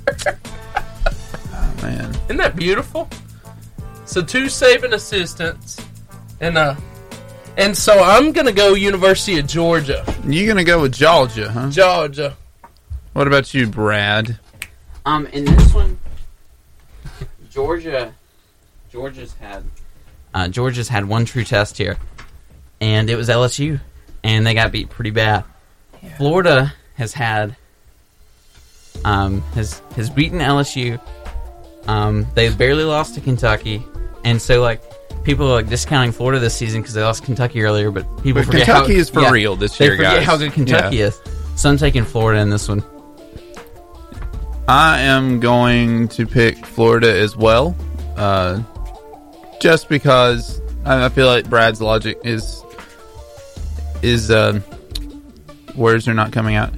Speaker 3: Man,
Speaker 1: Isn't that beautiful? So two Saban assistants, and uh, and so I'm gonna go University of Georgia,
Speaker 3: you gonna go with Georgia, huh?
Speaker 1: Georgia.
Speaker 3: What about you, Brad?
Speaker 2: Um, in this one, Georgia, Georgia's had, uh, Georgia's had one true test here, and it was LSU, and they got beat pretty bad. Florida has had, um, has has beaten LSU. Um, they barely lost to Kentucky, and so like people are like discounting Florida this season because they lost Kentucky earlier, but people
Speaker 3: But
Speaker 2: forget
Speaker 3: Kentucky
Speaker 2: how,
Speaker 3: is for real this
Speaker 2: they
Speaker 3: year,
Speaker 2: forget
Speaker 3: guys.
Speaker 2: how good Kentucky
Speaker 3: Yeah.
Speaker 2: is. So I'm taking Florida in this one.
Speaker 3: I am going to pick Florida as well, uh, just because I, I feel like Brad's logic is is uh, words are not coming out.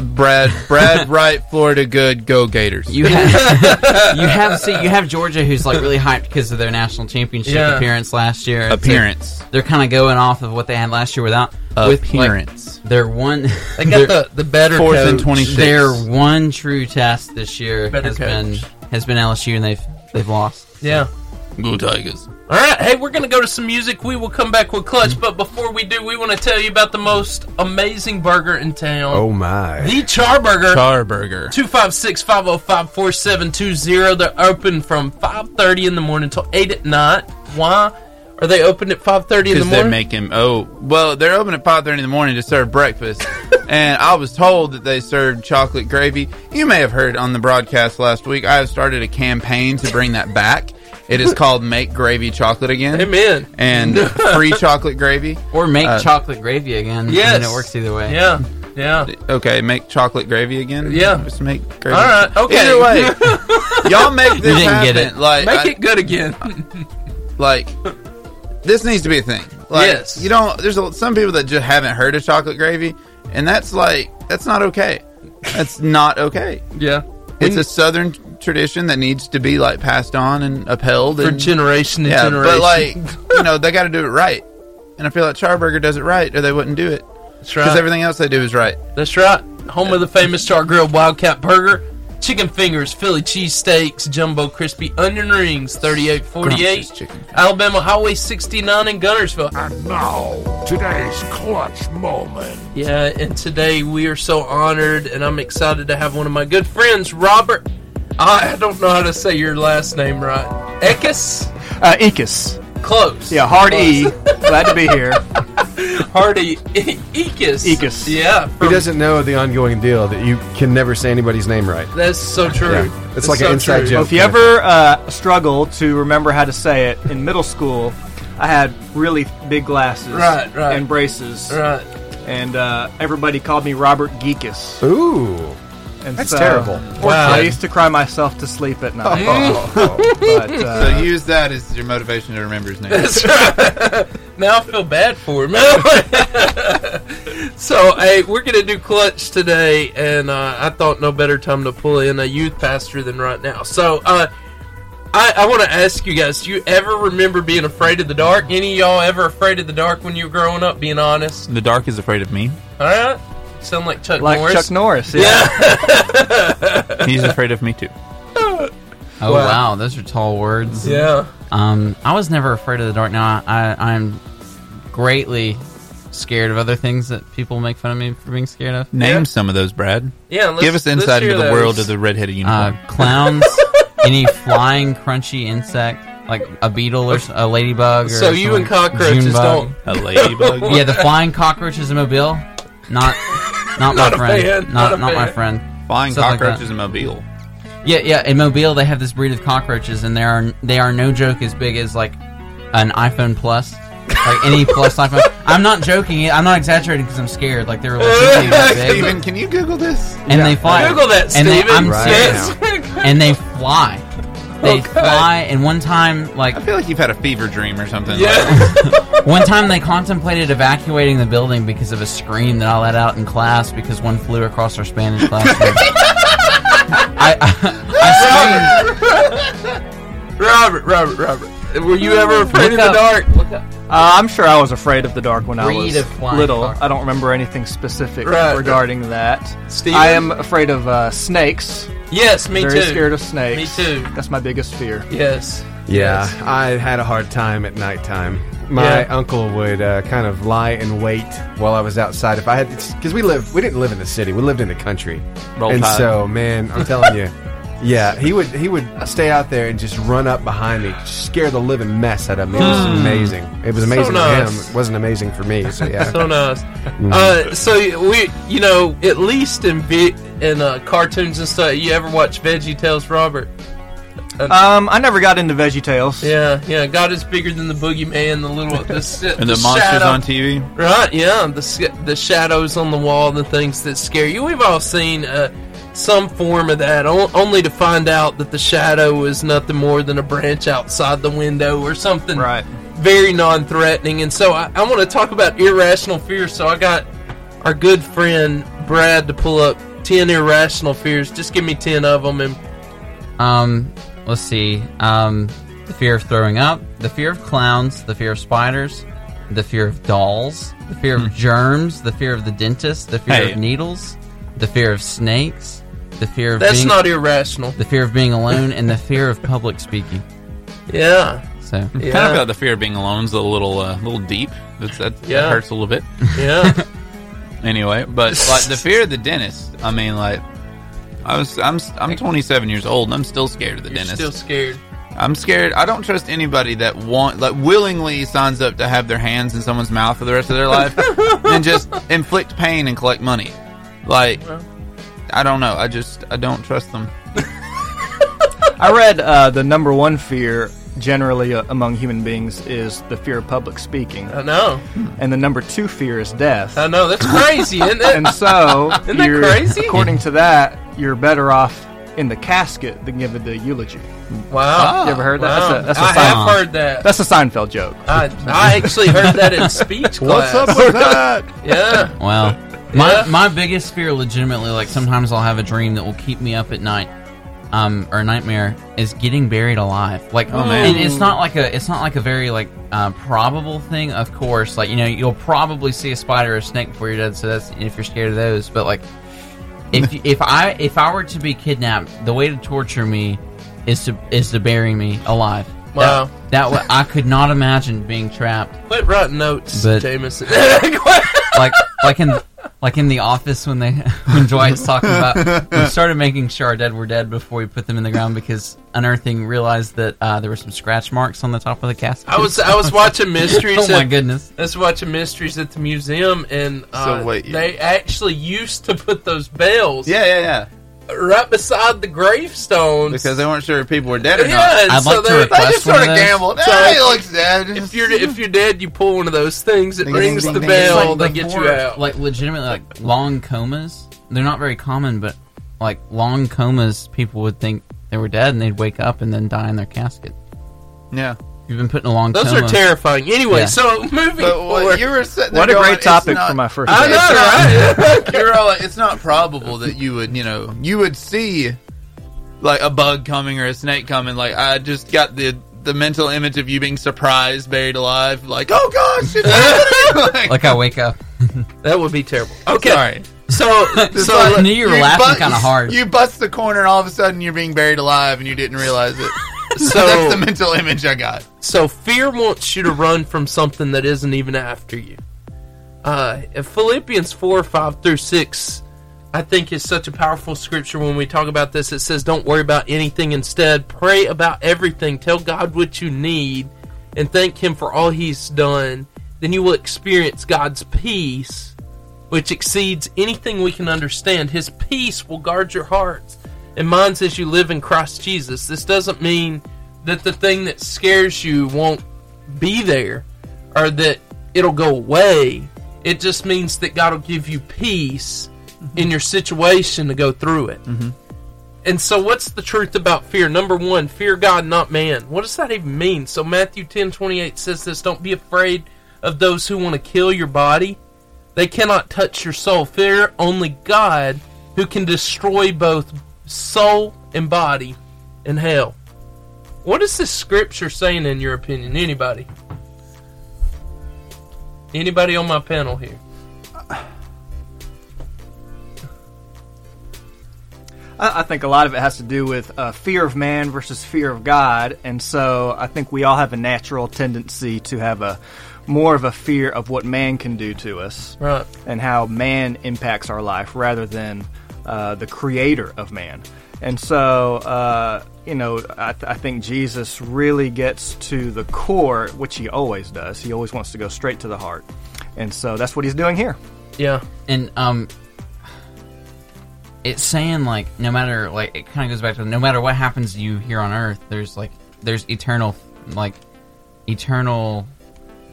Speaker 2: <laughs>
Speaker 3: Brad, Brad, right? Florida, good. Go Gators.
Speaker 2: You have you have see you have Georgia who's like really hyped because of their national championship
Speaker 1: Yeah.
Speaker 2: appearance last year. And so
Speaker 3: appearance,
Speaker 2: they're kind of going off of what they had last year without with like,
Speaker 3: appearance.
Speaker 2: their one
Speaker 1: They
Speaker 2: <laughs>
Speaker 1: got the, the better
Speaker 3: Fourth
Speaker 1: coach.
Speaker 3: and twenty six.
Speaker 2: their one true test this year
Speaker 1: Better
Speaker 2: has
Speaker 1: coach.
Speaker 2: been has been LSU and they've They've lost.
Speaker 1: Yeah.
Speaker 3: Go Tigers.
Speaker 1: All right, hey, we're going to go to some music. We will come back with Clutch, but before we do, we want to tell you about the most amazing burger in town.
Speaker 4: Oh my!
Speaker 1: The Charburger.
Speaker 3: Char Burger.
Speaker 1: 256-505-4720. They're open from 5.30 in the morning till 8 at night. Why are they open at 5.30 in the
Speaker 3: Because they're
Speaker 1: morning?
Speaker 3: making oh well, they're open at five thirty in the morning to
Speaker 1: <laughs>
Speaker 3: serve breakfast, and I was told that they served chocolate gravy. You may have heard on the broadcast last week. I have started a campaign to bring that back. It is called "Make Gravy Chocolate Again"
Speaker 1: Amen. <laughs>
Speaker 3: and free chocolate gravy.
Speaker 2: Or make
Speaker 3: Uh,
Speaker 2: chocolate gravy again.
Speaker 1: Yes.
Speaker 2: And it works either way.
Speaker 1: Yeah, yeah.
Speaker 3: Okay, make chocolate gravy again.
Speaker 1: Yeah.
Speaker 3: just make gravy.
Speaker 1: All right, okay.
Speaker 3: Either
Speaker 1: <laughs>
Speaker 3: way, y'all make this
Speaker 2: didn't
Speaker 3: happen.
Speaker 2: get it.
Speaker 3: Like,
Speaker 1: Make
Speaker 3: I-
Speaker 1: it good again.
Speaker 3: like this needs to be a thing. Like,
Speaker 1: Yes.
Speaker 3: you don't. There's a, some people that just haven't heard of chocolate gravy, and that's like that's not okay. That's not okay.
Speaker 1: yeah.
Speaker 3: It's a southern tradition that needs to be like passed on and upheld
Speaker 1: For
Speaker 3: and,
Speaker 1: generation to
Speaker 3: yeah,
Speaker 1: generation.
Speaker 3: But like you know, they got to do it <laughs> right. And I feel like Charburger does it right, or they wouldn't do it
Speaker 1: That's
Speaker 3: because
Speaker 1: right.
Speaker 3: everything else they do is right.
Speaker 1: That's right. Home of the famous char grilled wildcat burger, chicken fingers, Philly cheesesteaks, jumbo crispy onion rings,
Speaker 3: Grumpy's
Speaker 1: 3848,
Speaker 3: chicken.
Speaker 1: Alabama Highway 69 in Gunnersville.
Speaker 5: And now, today's clutch moment.
Speaker 1: Yeah, and today we are so honored, and I'm excited to have one of my good friends, Robert. I I don't know how to say your last name right. Ekis?
Speaker 7: Uh, Ekus.
Speaker 1: Close.
Speaker 7: Yeah, hard E. <laughs> Glad to be here.
Speaker 1: Hardy E- Ekis.
Speaker 7: Ekis.
Speaker 1: Yeah.
Speaker 4: Who
Speaker 1: from-
Speaker 4: doesn't know the ongoing deal that you can never say anybody's name right?
Speaker 1: that's so true.
Speaker 4: Yeah, it's
Speaker 1: That's
Speaker 4: like an
Speaker 1: so
Speaker 4: inside
Speaker 1: true.
Speaker 4: joke.
Speaker 7: Well, if you ever uh, struggle to remember how to say it in middle school, I had really big glasses
Speaker 1: Right, right.
Speaker 7: and braces,
Speaker 1: Right.
Speaker 7: and uh, everybody called me Robert Geekus.
Speaker 4: Ooh,
Speaker 7: And
Speaker 4: that's
Speaker 7: so-
Speaker 4: terrible.
Speaker 1: Wow.
Speaker 7: I used to cry myself to sleep
Speaker 1: <laughs>
Speaker 7: at night. But, uh,
Speaker 3: So use that as your motivation to remember his name.
Speaker 1: That's right. now I feel bad for him. <laughs> so, hey, we're going to do clutch today, and uh, I thought no better time to pull in a youth pastor than right now. So, uh, I, I want to ask you guys do you ever remember being afraid of the dark? Any of y'all ever afraid of the dark when you were growing up, being honest?
Speaker 3: <laughs> the dark is afraid of me.
Speaker 1: All right? Sound like Chuck
Speaker 7: like
Speaker 1: Norris?
Speaker 7: Chuck Norris.
Speaker 1: yeah.
Speaker 3: He's afraid of me <laughs> too.
Speaker 2: Oh
Speaker 1: Wow.
Speaker 2: wow. those are tall words.
Speaker 1: Yeah.
Speaker 2: Um, I was never afraid of the dark. Now I, I I'm greatly scared of other things that people make fun of me for being scared of.
Speaker 3: Name some of those, Brad.
Speaker 1: Yeah. Let's,
Speaker 3: Give us
Speaker 1: let's
Speaker 3: insight
Speaker 1: hear
Speaker 3: into the
Speaker 1: those.
Speaker 3: world of the redheaded
Speaker 2: Uh,
Speaker 3: unicorn.
Speaker 2: clowns, any flying crunchy insect like a beetle or s- a ladybug. Or
Speaker 1: So, you
Speaker 2: some
Speaker 1: and cockroaches
Speaker 2: June bug.
Speaker 1: don't.
Speaker 3: a <laughs> ladybug.
Speaker 2: Yeah, the flying cockroaches in Mobile. Not, not,
Speaker 1: Not a
Speaker 2: my friend.
Speaker 1: fan, not
Speaker 2: Not,
Speaker 1: a
Speaker 2: not my
Speaker 1: fan.
Speaker 2: friend.
Speaker 3: Flying
Speaker 2: Something like
Speaker 3: cockroaches
Speaker 1: <laughs>
Speaker 3: in Mobile.
Speaker 2: Yeah, yeah. In Mobile, they have this breed of cockroaches, and they are they are no joke as big as like an iPhone Plus,
Speaker 1: <laughs>
Speaker 2: like any Plus iPhone. I'm not joking. I'm not exaggerating because I'm scared. Like they
Speaker 1: <laughs>
Speaker 2: were legitimately that big,
Speaker 3: Steven, can you Google this?
Speaker 2: and they fly.
Speaker 1: Google that,
Speaker 2: and they,
Speaker 1: Steven.
Speaker 2: I'm
Speaker 4: Right
Speaker 2: serious.
Speaker 1: <laughs> Yes.
Speaker 2: And they fly. They fly. And one time, like
Speaker 3: I feel like you've had a fever dream or something.
Speaker 1: <laughs>
Speaker 3: Like,
Speaker 1: yeah.
Speaker 2: One time they contemplated evacuating the building because of a scream that I let out in class because one flew across our Spanish classroom.
Speaker 1: <laughs>
Speaker 2: I, I, I screamed.
Speaker 1: Robert, Robert, Robert. Were you ever afraid
Speaker 2: Look
Speaker 1: of the
Speaker 2: up.
Speaker 1: dark?
Speaker 7: Uh, I'm sure I was afraid of the dark when I
Speaker 2: Breed
Speaker 7: was
Speaker 2: of flying
Speaker 7: little.
Speaker 2: cockroaches.
Speaker 7: I don't remember anything specific
Speaker 1: Right.
Speaker 7: regarding that.
Speaker 1: Steven?
Speaker 7: I am afraid of uh, snakes.
Speaker 1: Yes, me
Speaker 7: Very
Speaker 1: too.
Speaker 7: scared of snakes.
Speaker 1: Me too.
Speaker 7: That's my biggest fear.
Speaker 2: <laughs>
Speaker 1: Yes.
Speaker 4: <laughs> Yeah,
Speaker 1: Yes.
Speaker 4: I had a hard time at nighttime. My
Speaker 1: Yeah.
Speaker 4: uncle would uh, kind of lie in wait while I was outside. If I had, because we live, we didn't live in the city, we lived in the country,
Speaker 3: Roll
Speaker 4: and
Speaker 3: Tide.
Speaker 4: so man, I'm telling you, <laughs> yeah, he would he would stay out there and just run up behind me, scare the living mess out of me. It was
Speaker 1: Hmm.
Speaker 4: amazing. It was amazing for
Speaker 1: nice.
Speaker 4: him. It wasn't amazing for me. So
Speaker 1: <laughs>
Speaker 4: yeah,
Speaker 1: So nice.
Speaker 7: Mm.
Speaker 1: Uh, so we, you know, at least in vi- in uh, cartoons and stuff, you ever watch Veggie Tales, Robert?
Speaker 7: Um, I never got into Veggie Tales.
Speaker 1: Yeah, yeah. God is bigger than the boogeyman, the little
Speaker 7: <laughs>
Speaker 1: the, s-
Speaker 3: and
Speaker 1: the
Speaker 3: the, monsters
Speaker 1: shadow-
Speaker 3: on TV.
Speaker 1: Right, yeah, the s- the shadows on the wall, the things that scare you. We've all seen uh, some form of that, o- only to find out that the shadow is nothing more than a branch outside the window or something
Speaker 7: Right.
Speaker 1: very non-threatening. And so I, I want to talk about irrational fears. So I got our good friend Brad to pull up ten irrational fears. Just give me ten of them, and
Speaker 2: Um, let's see. Um, the fear of throwing up, the fear of clowns, the fear of spiders, the fear of dolls, the fear of germs, the fear of the dentist, the fear
Speaker 3: Hey.
Speaker 2: of needles, the fear of snakes, the fear of
Speaker 1: That's
Speaker 2: being,
Speaker 1: not irrational.
Speaker 2: the fear of being alone, and the fear of public speaking.
Speaker 1: Yeah. <laughs>
Speaker 2: So
Speaker 1: Yeah.
Speaker 3: Kind of feel like the fear of being alone's a little, uh, little deep. That's, that,
Speaker 1: Yeah.
Speaker 3: that hurts a little
Speaker 1: <laughs>
Speaker 3: bit.
Speaker 1: yeah.
Speaker 3: Anyway, but like the fear of the dentist. I mean, like I was, I'm, I'm 27 years old, and I'm still scared of the
Speaker 1: You're
Speaker 3: dentist.
Speaker 1: still scared.
Speaker 3: I'm scared. I don't trust anybody that want like willingly signs up to have their hands in someone's mouth for the rest of their
Speaker 1: <laughs>
Speaker 3: life and just inflict pain and collect money. Like,
Speaker 1: Well.
Speaker 3: I don't know. I just I don't trust them.
Speaker 7: I read uh, the number one fear generally uh, among human beings is the fear of public speaking,
Speaker 1: I know.
Speaker 7: and the number two fear is death.
Speaker 1: I know. That's crazy, isn't it?
Speaker 7: <laughs> and so,
Speaker 1: Uh, <laughs> Isn't that
Speaker 7: you're-
Speaker 1: crazy?
Speaker 7: according to that, you're better off in the casket than giving the eulogy.
Speaker 1: wow.
Speaker 7: you ever heard that?
Speaker 1: Wow.
Speaker 7: That's a, that's a
Speaker 1: I
Speaker 7: Sein-
Speaker 1: have heard that.
Speaker 7: that's a Seinfeld joke.
Speaker 1: I, I actually heard that in
Speaker 7: <laughs>
Speaker 1: speech class.
Speaker 4: <laughs> with that?
Speaker 1: Yeah.
Speaker 2: Well, my
Speaker 1: Yeah.
Speaker 2: my biggest fear, legitimately, like sometimes I'll have a dream that will keep me up at night, um, or a nightmare, is getting buried alive. Like,
Speaker 1: Oh,
Speaker 3: man.
Speaker 2: and it's not like a it's not like a very like uh, probable thing. Of course, like you know, you'll probably see a spider or a snake before you're dead. So that's if you're scared of those. But like,
Speaker 1: <laughs>
Speaker 2: if you- if I if I were to be kidnapped, the way to torture me is to is to bury me alive.
Speaker 1: Wow.
Speaker 2: That, that way, I could not imagine being trapped
Speaker 1: Quit writing notes,
Speaker 2: But-
Speaker 1: Jameson. <laughs>
Speaker 2: like like in like in the office when they <laughs> when Dwight's talking about we started making sure our dead were dead before we put them in the ground because unearthing realized that uh, there were some scratch marks on the top of the casket.
Speaker 1: I was I was watching
Speaker 2: <laughs> oh
Speaker 7: <laughs>
Speaker 1: mysteries.
Speaker 2: my
Speaker 1: at,
Speaker 2: goodness!
Speaker 1: I was watching mysteries at the museum, and uh,
Speaker 3: So wait, you-
Speaker 1: they actually used to put those bells
Speaker 3: Yeah, yeah, yeah.
Speaker 1: right beside the gravestones
Speaker 3: Because they weren't sure if people were dead or not.
Speaker 1: yeah, and
Speaker 2: I'd
Speaker 1: so
Speaker 2: like to
Speaker 1: they,
Speaker 2: request
Speaker 1: they just
Speaker 2: one
Speaker 1: sort
Speaker 2: of
Speaker 1: of
Speaker 2: those.
Speaker 1: gambled. So
Speaker 3: Yeah, he looks dead.
Speaker 1: if you're if you're dead, you pull one of those things. It
Speaker 3: Ding,
Speaker 1: rings
Speaker 3: ding,
Speaker 1: the
Speaker 3: ding,
Speaker 2: It's
Speaker 1: bell.
Speaker 2: like
Speaker 1: they get
Speaker 2: before,
Speaker 1: you out.
Speaker 2: Like legitimately, like long comas. They're not very common, but like long comas, people would think they were dead and they'd wake up and then die in their casket.
Speaker 3: yeah.
Speaker 2: You've been put in a long
Speaker 1: those
Speaker 2: coma.
Speaker 1: are terrifying. Anyway,
Speaker 2: Yeah.
Speaker 1: so moving
Speaker 3: But
Speaker 1: forward.
Speaker 3: what you were sitting there
Speaker 7: What a
Speaker 3: going,
Speaker 7: great
Speaker 3: it's
Speaker 7: topic
Speaker 3: not-
Speaker 7: for my first.
Speaker 1: I
Speaker 7: date.
Speaker 1: know, right?
Speaker 3: <laughs> You're all like, it's not probable that you would, you know, you would see like a bug coming or a snake coming. Like I just got the the mental image of you being surprised, buried alive, like oh gosh, it's happening. <laughs> like,
Speaker 2: like I wake up.
Speaker 1: that would be terrible. Okay,
Speaker 3: sorry.
Speaker 1: so
Speaker 2: It's
Speaker 1: <laughs>
Speaker 2: <laughs>
Speaker 1: so
Speaker 2: like-
Speaker 1: let-
Speaker 2: knew you were laughing kinda hard.
Speaker 3: You bust the corner, and all of a sudden you're being buried alive, and you didn't realize it. so
Speaker 1: So-
Speaker 3: that's the mental image I got.
Speaker 1: So fear wants you to run from something that isn't even after you. Uh, in Philippians 4, 5 through 6, I think is such a powerful scripture when we talk about this. It says, Don't worry about anything. Instead, pray about everything. Tell God what you need and thank Him for all He's done. Then you will experience God's peace, which exceeds anything we can understand. His peace will guard your hearts and minds as you live in Christ Jesus. This doesn't mean that the thing that scares you won't be there or that it'll go away. It just means that God will give you peace in your situation to go through it. And so, what's the truth about fear? Number one, fear God, not man. What does that even mean? So, Matthew ten twenty eight says this Don't be afraid of those who want to kill your body, they cannot touch your soul. Fear only God who can destroy both soul and body in hell. What is this scripture saying in your opinion? Anybody? Anybody on my panel here?
Speaker 7: I, I think a lot of it has to do with uh, fear of man versus fear of God, and so I think we all have a natural tendency to have a more of a fear of what man can do to us
Speaker 1: Right.
Speaker 7: and how man impacts our life rather than uh, the creator of man. And so, uh, you know, I, th- I think Jesus really gets to the core, which he always does. He always wants to go straight to the heart. And so that's what he's doing here.
Speaker 1: Yeah.
Speaker 2: and um it's saying like no matter like it kind of goes back to no matter what happens to you here on earth there's like there's eternal like eternal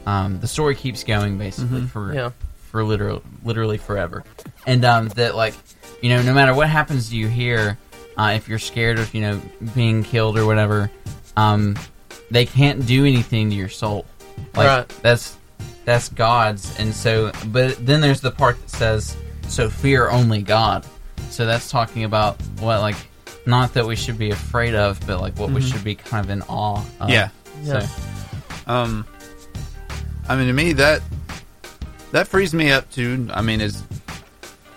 Speaker 2: um the story keeps going basically for
Speaker 1: Yeah.
Speaker 2: for literal literally forever and um that like you know no matter what happens to you here uh, if you're scared of you know being killed or whatever um they can't do anything to your soul like
Speaker 1: Right.
Speaker 2: that's that's God's, and so but then there's the part that says, "So fear only God." So that's talking about what like not that we should be afraid of, but like what we should be kind of in awe. of.
Speaker 3: Yeah.
Speaker 2: So,
Speaker 1: Mm-hmm. Yeah.
Speaker 3: Um, I mean, to me that that frees me up to. I mean, as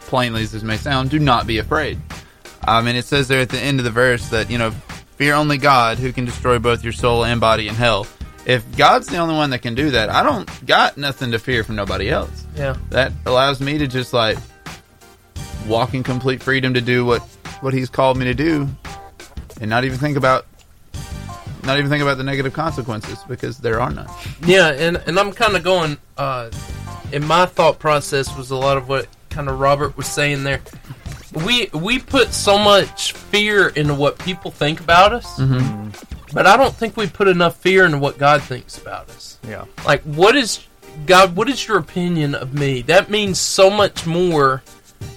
Speaker 3: plainly as this may sound, do not be afraid. Um, and it says there at the end of the verse that, you know, fear only God who can destroy both your soul and body in hell. If God's the only one that can do that, I don't got nothing to fear from nobody else.
Speaker 1: Yeah.
Speaker 3: That allows me to just like walk in complete freedom to do what what he's called me to do and not even think about not even think about the negative consequences because there are none.
Speaker 1: Yeah, and and I'm kind of going. Uh, in my thought process was a lot of what kind of Robert was saying there. We we put so much fear into what people think about us, but I don't think we put enough fear into what God thinks about us.
Speaker 7: Yeah.
Speaker 1: Like, what is God? What is your opinion of me? That means so much more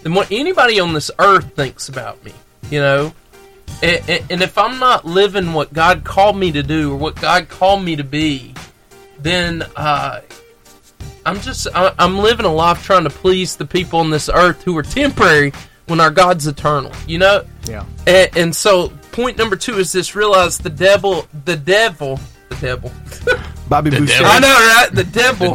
Speaker 1: than what anybody on this earth thinks about me. You know, and, and- and if I'm not living what God called me to do or what God called me to be, then uh, I'm just I, I'm living a life trying to please the people on this earth who are temporary when our God's eternal. You know.
Speaker 7: Yeah.
Speaker 1: And, and so, point number two is this: realize the devil, the devil, the devil.
Speaker 4: Bobby Boucher.
Speaker 1: I know, right? The devil.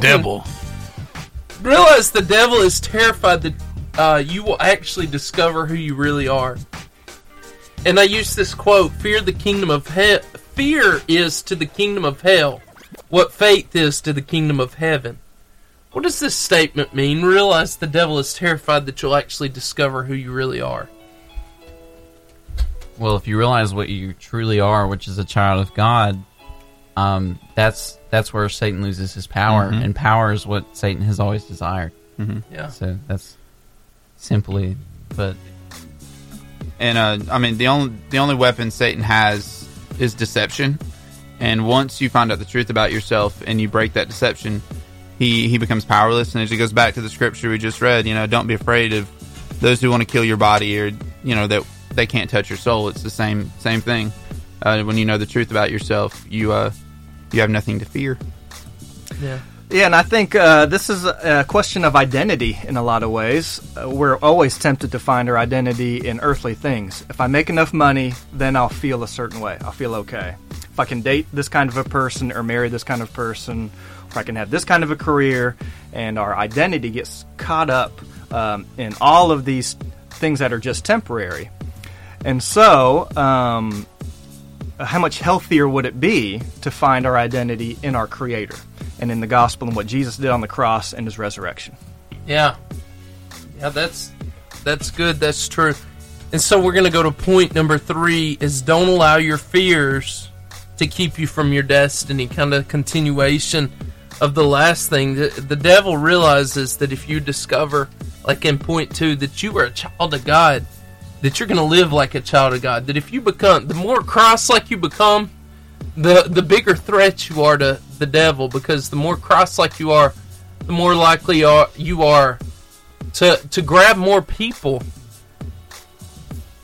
Speaker 1: Realize the devil is terrified that uh, you will actually discover who you really are. And I use this quote: "Fear the kingdom of hell. Fear is to the kingdom of hell what faith is to the kingdom of heaven." What does this statement mean? Realize the devil is terrified that you'll actually discover who you really are.
Speaker 2: Well, if you realize what you truly are, which is a child of God, um, that's that's where Satan loses his power, and power is what Satan has always desired.
Speaker 1: Yeah.
Speaker 2: So that's simply, but
Speaker 3: and uh, I mean the only the only weapon Satan has is deception. And once you find out the truth about yourself and you break that deception, he he becomes powerless. And as he goes back to the scripture we just read, you know, don't be afraid of those who want to kill your body or you know that they can't touch your soul. It's the same same thing. Uh, when you know the truth about yourself, you uh, you have nothing to fear.
Speaker 1: Yeah.
Speaker 7: Yeah, and I think uh, this is a a question of identity in a lot of ways. Uh, we're always tempted to find our identity in earthly things. If I make enough money, then I'll feel a certain way. I'll feel okay. If I can date this kind of a person or marry this kind of person, or I can have this kind of a career, and our identity gets caught up um, in all of these things that are just temporary. And so, um, how much healthier would it be to find our identity in our Creator and in the gospel and what Jesus did on the cross and his resurrection?
Speaker 1: Yeah. Yeah, that's that's good. That's true. And so we're going to go to point number 3 is don't allow your fears to keep you from your destiny. Kind of continuation of the last thing. The, the devil realizes that if you discover like in point 2 that you are a child of God, that you're going to live like a child of God. That if you become the more Christ like you become, the the bigger threat you are to the devil because the more Christ like you are, the more likely are you are to to grab more people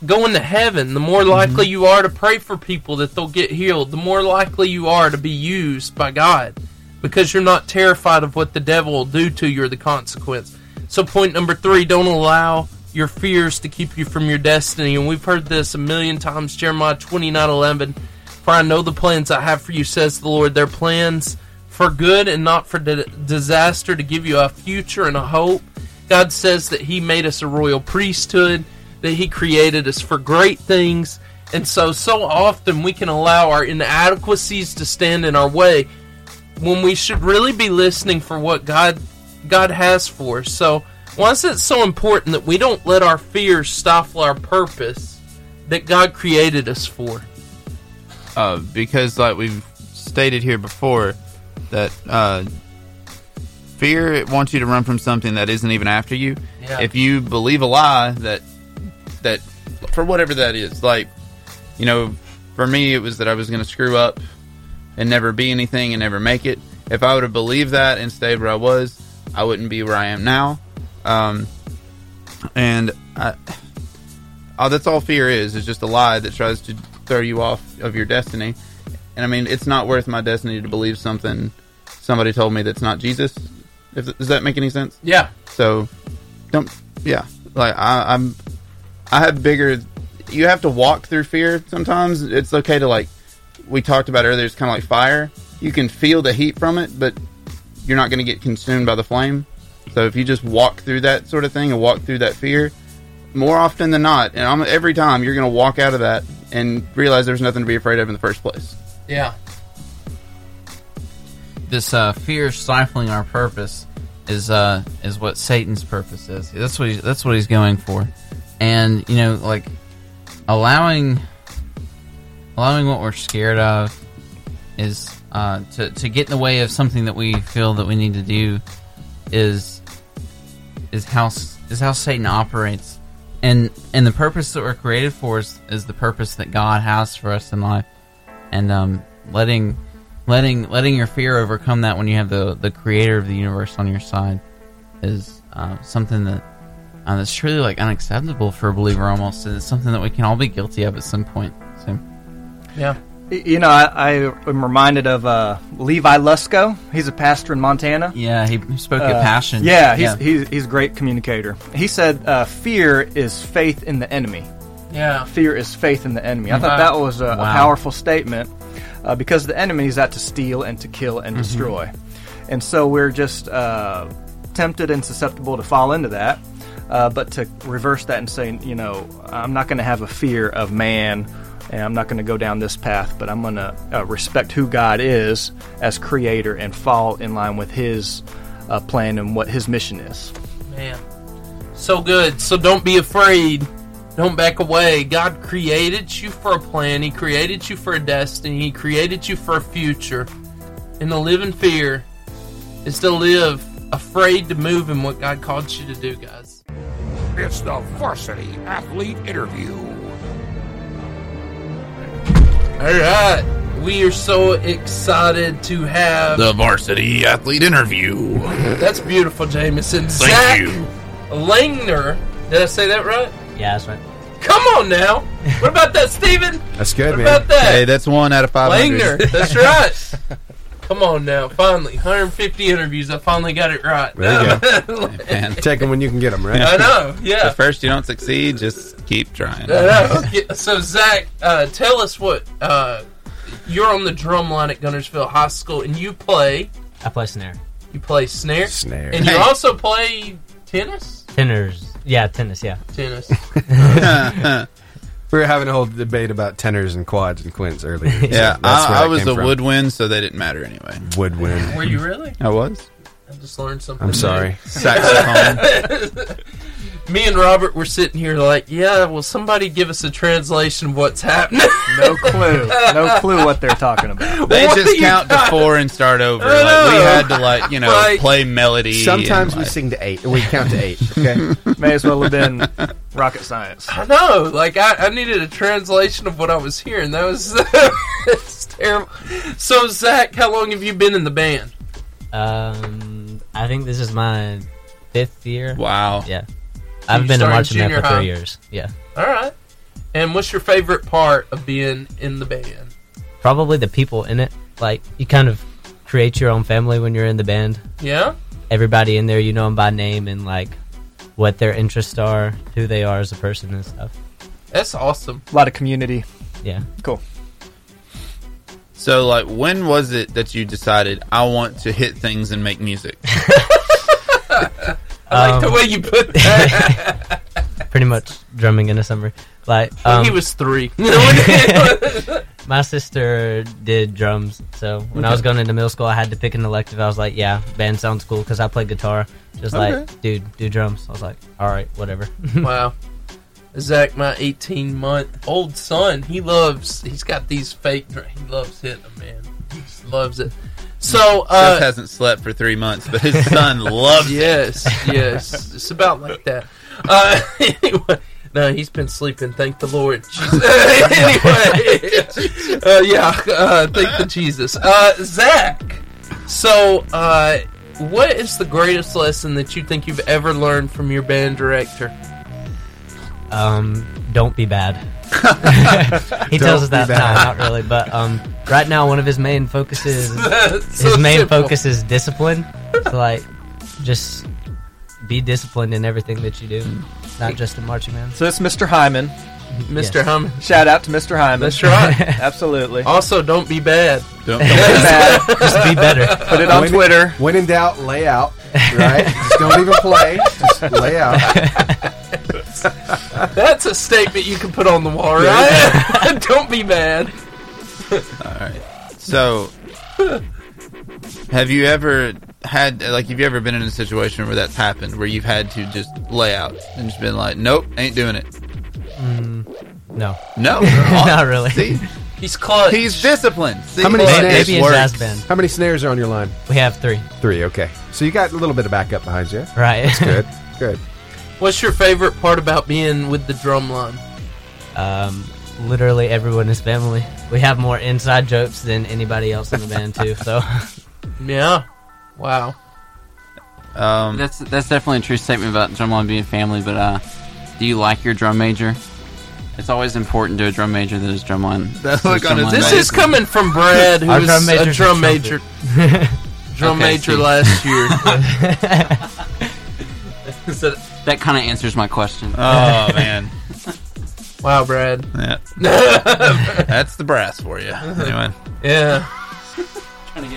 Speaker 1: going to heaven the more likely you are to pray for people that they'll get healed the more likely you are to be used by god because you're not terrified of what the devil will do to you or the consequence so point number three don't allow your fears to keep you from your destiny and we've heard this a million times jeremiah 29 11 for i know the plans i have for you says the lord their plans for good and not for di- disaster to give you a future and a hope God says that He made us a royal priesthood, that He created us for great things. And so, so often we can allow our inadequacies to stand in our way when we should really be listening for what God God has for us. So, why is it so important that we don't let our fears stifle our purpose that God created us for?
Speaker 3: uh, because like we've stated here before that uh, fear it wants you to run from something that isn't even after you
Speaker 1: Yeah.
Speaker 3: if you believe a lie that that for whatever that is like you know for me it was that i was going to screw up and never be anything and never make it if i would have believed that and stayed where i was i wouldn't be where i am now um, and I, oh, that's all fear is is just a lie that tries to throw you off of your destiny and i mean it's not worth my destiny to believe something somebody told me that's not jesus if, does that make any sense
Speaker 1: Yeah,
Speaker 3: so don't yeah like I, i'm i have bigger you have to walk through fear sometimes it's okay to like we talked about earlier it's kind of like fire you can feel the heat from it but you're not going to get consumed by the flame so if you just walk through that sort of thing and walk through that fear
Speaker 8: more often than not, and I'm, every time you're going to walk out of that and realize there's nothing to be afraid of in the first place.
Speaker 1: Yeah.
Speaker 2: This uh, fear stifling our purpose is uh, is what Satan's purpose is. That's what he's, that's what he's going for, and you know, like allowing allowing what we're scared of is uh, to to get in the way of something that we feel that we need to do is is how s- is how Satan operates, and and the purpose that we're created for is is the purpose that God has for us in life, and um, letting letting letting your fear overcome that when you have the the Creator of the universe on your side is uh, something that. Uh, that's truly like unacceptable for a believer almost and it's something that we can all be guilty of at some point so
Speaker 1: Yeah.
Speaker 7: Y- You know, I, I am reminded of uh, Levi Lusco. He's a pastor in Montana.
Speaker 2: yeah he spoke at
Speaker 7: Uh,
Speaker 2: passion
Speaker 7: Yeah, he's, He's, he's a great communicator. He said, uh, "Fear is faith in the enemy."
Speaker 1: Yeah.
Speaker 7: fear is faith in the enemy. I
Speaker 1: Wow.
Speaker 7: thought that was a, a
Speaker 2: Wow.
Speaker 7: powerful statement uh, because the enemy is out to steal and to kill and destroy. And so we're just uh, tempted and susceptible to fall into that. Uh, but to reverse that and say, you know, I'm not going to have a fear of man and I'm not going to go down this path, but I'm going to uh, respect who God is as creator and fall in line with his uh, plan and what his mission is.
Speaker 1: Man. So good. So don't be afraid. Don't back away. God created you for a plan. He created you for a destiny. He created you for a future. And to live in fear is to live afraid to move in what God called you to do, guys.
Speaker 5: It's the Varsity Athlete Interview.
Speaker 1: All right. We are so excited to have.
Speaker 3: The varsity athlete interview.
Speaker 1: That's beautiful, Jameson.
Speaker 3: Thank
Speaker 1: Zach
Speaker 3: you.
Speaker 1: Langner. Did I say that right?
Speaker 9: Yeah, that's right.
Speaker 1: Come on now.
Speaker 9: <laughs>
Speaker 1: What about that, Steven?
Speaker 4: That's good,
Speaker 1: What
Speaker 4: man.
Speaker 1: about that?
Speaker 8: Hey, that's one out of five
Speaker 1: Langner.
Speaker 8: hundred.
Speaker 1: That's right. Come on now. Finally, 150 interviews. I finally got it right.
Speaker 4: There you
Speaker 8: Man,
Speaker 4: Take them when you can get them,
Speaker 1: <laughs>
Speaker 4: right?
Speaker 1: I know.
Speaker 8: if
Speaker 1: Yeah.
Speaker 8: first you don't succeed, just keep trying.
Speaker 1: I know. Yeah, So, Zach, uh, tell us what uh, you're on the drum line at Gunnersville High School, and you play.
Speaker 9: I play snare.
Speaker 1: You play snare,
Speaker 4: Snare.
Speaker 1: and you also play tennis.
Speaker 9: Tenors. Yeah, tennis, yeah.
Speaker 1: Tennis.
Speaker 4: We were having a whole debate about tenors and quads and quints earlier. So
Speaker 8: <laughs> Yeah,
Speaker 4: that's where
Speaker 8: I, I
Speaker 4: that
Speaker 8: was
Speaker 4: came
Speaker 8: the
Speaker 4: from.
Speaker 8: woodwind, so they didn't matter anyway.
Speaker 4: woodwind.
Speaker 1: Were you really?
Speaker 8: I was
Speaker 1: I just learned something.
Speaker 4: I'm
Speaker 1: new.
Speaker 4: sorry.
Speaker 1: <laughs>
Speaker 8: saxophone.
Speaker 1: Me and Robert were sitting here like, yeah. Well, somebody give us a translation of what's happening.
Speaker 7: No clue. <laughs> no clue what they're talking about.
Speaker 8: they
Speaker 1: What do
Speaker 8: just
Speaker 1: you
Speaker 8: count to
Speaker 1: got?
Speaker 8: four and start over.
Speaker 1: I
Speaker 8: Like we
Speaker 1: know.
Speaker 8: had to like you know
Speaker 1: Like-
Speaker 8: play melody. and,
Speaker 4: Sometimes we
Speaker 8: like-
Speaker 4: sing to eight. We count to eight. Okay.
Speaker 7: May as well have <laughs> been rocket science.
Speaker 1: I know. Like I, I needed a translation of what I was hearing. That was <laughs> it's terrible. So Zach, how long have you been in the band?
Speaker 9: Um, I think this is my fifth year.
Speaker 8: wow.
Speaker 9: Yeah. I've
Speaker 1: you
Speaker 9: been a
Speaker 1: started
Speaker 9: marching band
Speaker 1: junior
Speaker 9: for
Speaker 1: high?
Speaker 9: three years. Yeah.
Speaker 1: All right. And what's your favorite part of being in the band?
Speaker 9: Probably the people in it. Like, you kind of create your own family when you're in the band.
Speaker 1: Yeah.
Speaker 9: Everybody in there, you know them by name and, like, what their interests are, who they are as a person and stuff.
Speaker 1: That's awesome.
Speaker 7: A lot of community.
Speaker 9: Yeah.
Speaker 7: Cool.
Speaker 8: So like, when was it that you decided I want to hit things and make music?
Speaker 1: I like the
Speaker 9: Um,
Speaker 1: way you put
Speaker 9: <laughs>
Speaker 1: that.
Speaker 9: Pretty much drumming in the summer. Like,
Speaker 1: When
Speaker 9: um,
Speaker 1: he was three.
Speaker 9: <laughs>
Speaker 1: <laughs>
Speaker 9: my sister did drums, so when I was going into middle school, I had to pick an elective. I was like, "Yeah, band sounds cool" because I played guitar. Just like, dude, do drums. I was like, "All right,
Speaker 4: <laughs>
Speaker 9: whatever."
Speaker 1: wow. Zach, my 18 month old son, he loves. He's got these fake. dr- He loves hitting them, man. He just loves it. So uh,
Speaker 8: Seth hasn't slept for three months, but his
Speaker 1: <laughs>
Speaker 8: son loves it.
Speaker 1: Yes, yes. It's about like that. Uh, <laughs> anyway, no, he's been sleeping. Thank the Lord. <laughs> Jesus. anyway, uh, yeah, uh, thank the Jesus. Uh, Zach, so uh, what is the greatest lesson that you think you've ever learned from your band director?
Speaker 9: Um, don't
Speaker 4: <laughs>
Speaker 9: be bad. he tells us
Speaker 4: Don't
Speaker 9: that
Speaker 4: be
Speaker 9: no,
Speaker 4: bad.
Speaker 9: not really, but um, right now one of his main
Speaker 4: <laughs>
Speaker 9: focuses,
Speaker 1: That's
Speaker 9: <laughs> his
Speaker 1: so
Speaker 9: main
Speaker 1: simple.
Speaker 9: focus is discipline. So like, just be disciplined in everything that you do, not just in marching band.
Speaker 7: So it's Mr. Hyman.
Speaker 1: Mr.
Speaker 9: Yes.
Speaker 1: Hum.
Speaker 7: Shout out to Mr. Hyman.
Speaker 1: That's right.
Speaker 7: <laughs> Absolutely.
Speaker 1: Also, don't be bad.
Speaker 8: Don't-
Speaker 1: <laughs>
Speaker 7: Bad.
Speaker 9: Just be
Speaker 4: <laughs>
Speaker 9: better.
Speaker 7: Put it on
Speaker 4: When-
Speaker 7: Twitter.
Speaker 4: <laughs>
Speaker 8: <laughs>
Speaker 4: When in doubt, lay out. Right? Just don't even play. Just lay out.
Speaker 1: That's a statement you can put on the wall, right? <laughs> Don't be mad.
Speaker 3: So, have you ever had like have you ever been in a situation where that's happened where you've had to just lay out and just been like, nope, ain't doing it.
Speaker 9: No,
Speaker 1: <laughs>
Speaker 3: No,
Speaker 9: not really.
Speaker 3: See,
Speaker 1: He's clutch.
Speaker 3: he's disciplined. See,
Speaker 4: How many
Speaker 3: Look,
Speaker 4: snares-
Speaker 3: it
Speaker 9: Maybe in
Speaker 3: works.
Speaker 9: jazz band.
Speaker 4: How many snares are on your line?
Speaker 9: We have three.
Speaker 4: Three. Okay. So you got a little bit of backup behind you.
Speaker 9: Right.
Speaker 8: <laughs>
Speaker 4: Good. Good.
Speaker 1: What's your favorite part about being with the drum line?
Speaker 9: um, literally everyone is family. We have more inside jokes than anybody else in the band too. So <laughs>
Speaker 1: Yeah. Wow.
Speaker 3: <laughs> Um,
Speaker 2: That's that's definitely a true statement about drumline being family. But uh, do you like your drum major? It's always important to a drum major that his drumline.
Speaker 3: That look on his-
Speaker 2: drumline
Speaker 1: This
Speaker 3: Amazing.
Speaker 2: matters.
Speaker 1: is coming from Brad,
Speaker 9: Our
Speaker 1: who's
Speaker 9: drum major's
Speaker 1: a
Speaker 9: a
Speaker 1: drum
Speaker 9: trumpet.
Speaker 1: major.
Speaker 9: <laughs>
Speaker 1: Drum
Speaker 2: Okay,
Speaker 1: major
Speaker 2: Steve.
Speaker 1: last
Speaker 3: <laughs>
Speaker 1: year.
Speaker 2: So that kind of answers my question.
Speaker 3: oh man,
Speaker 1: wow, Brad.
Speaker 3: yeah, that's the brass for you. Anyway,
Speaker 1: Yeah.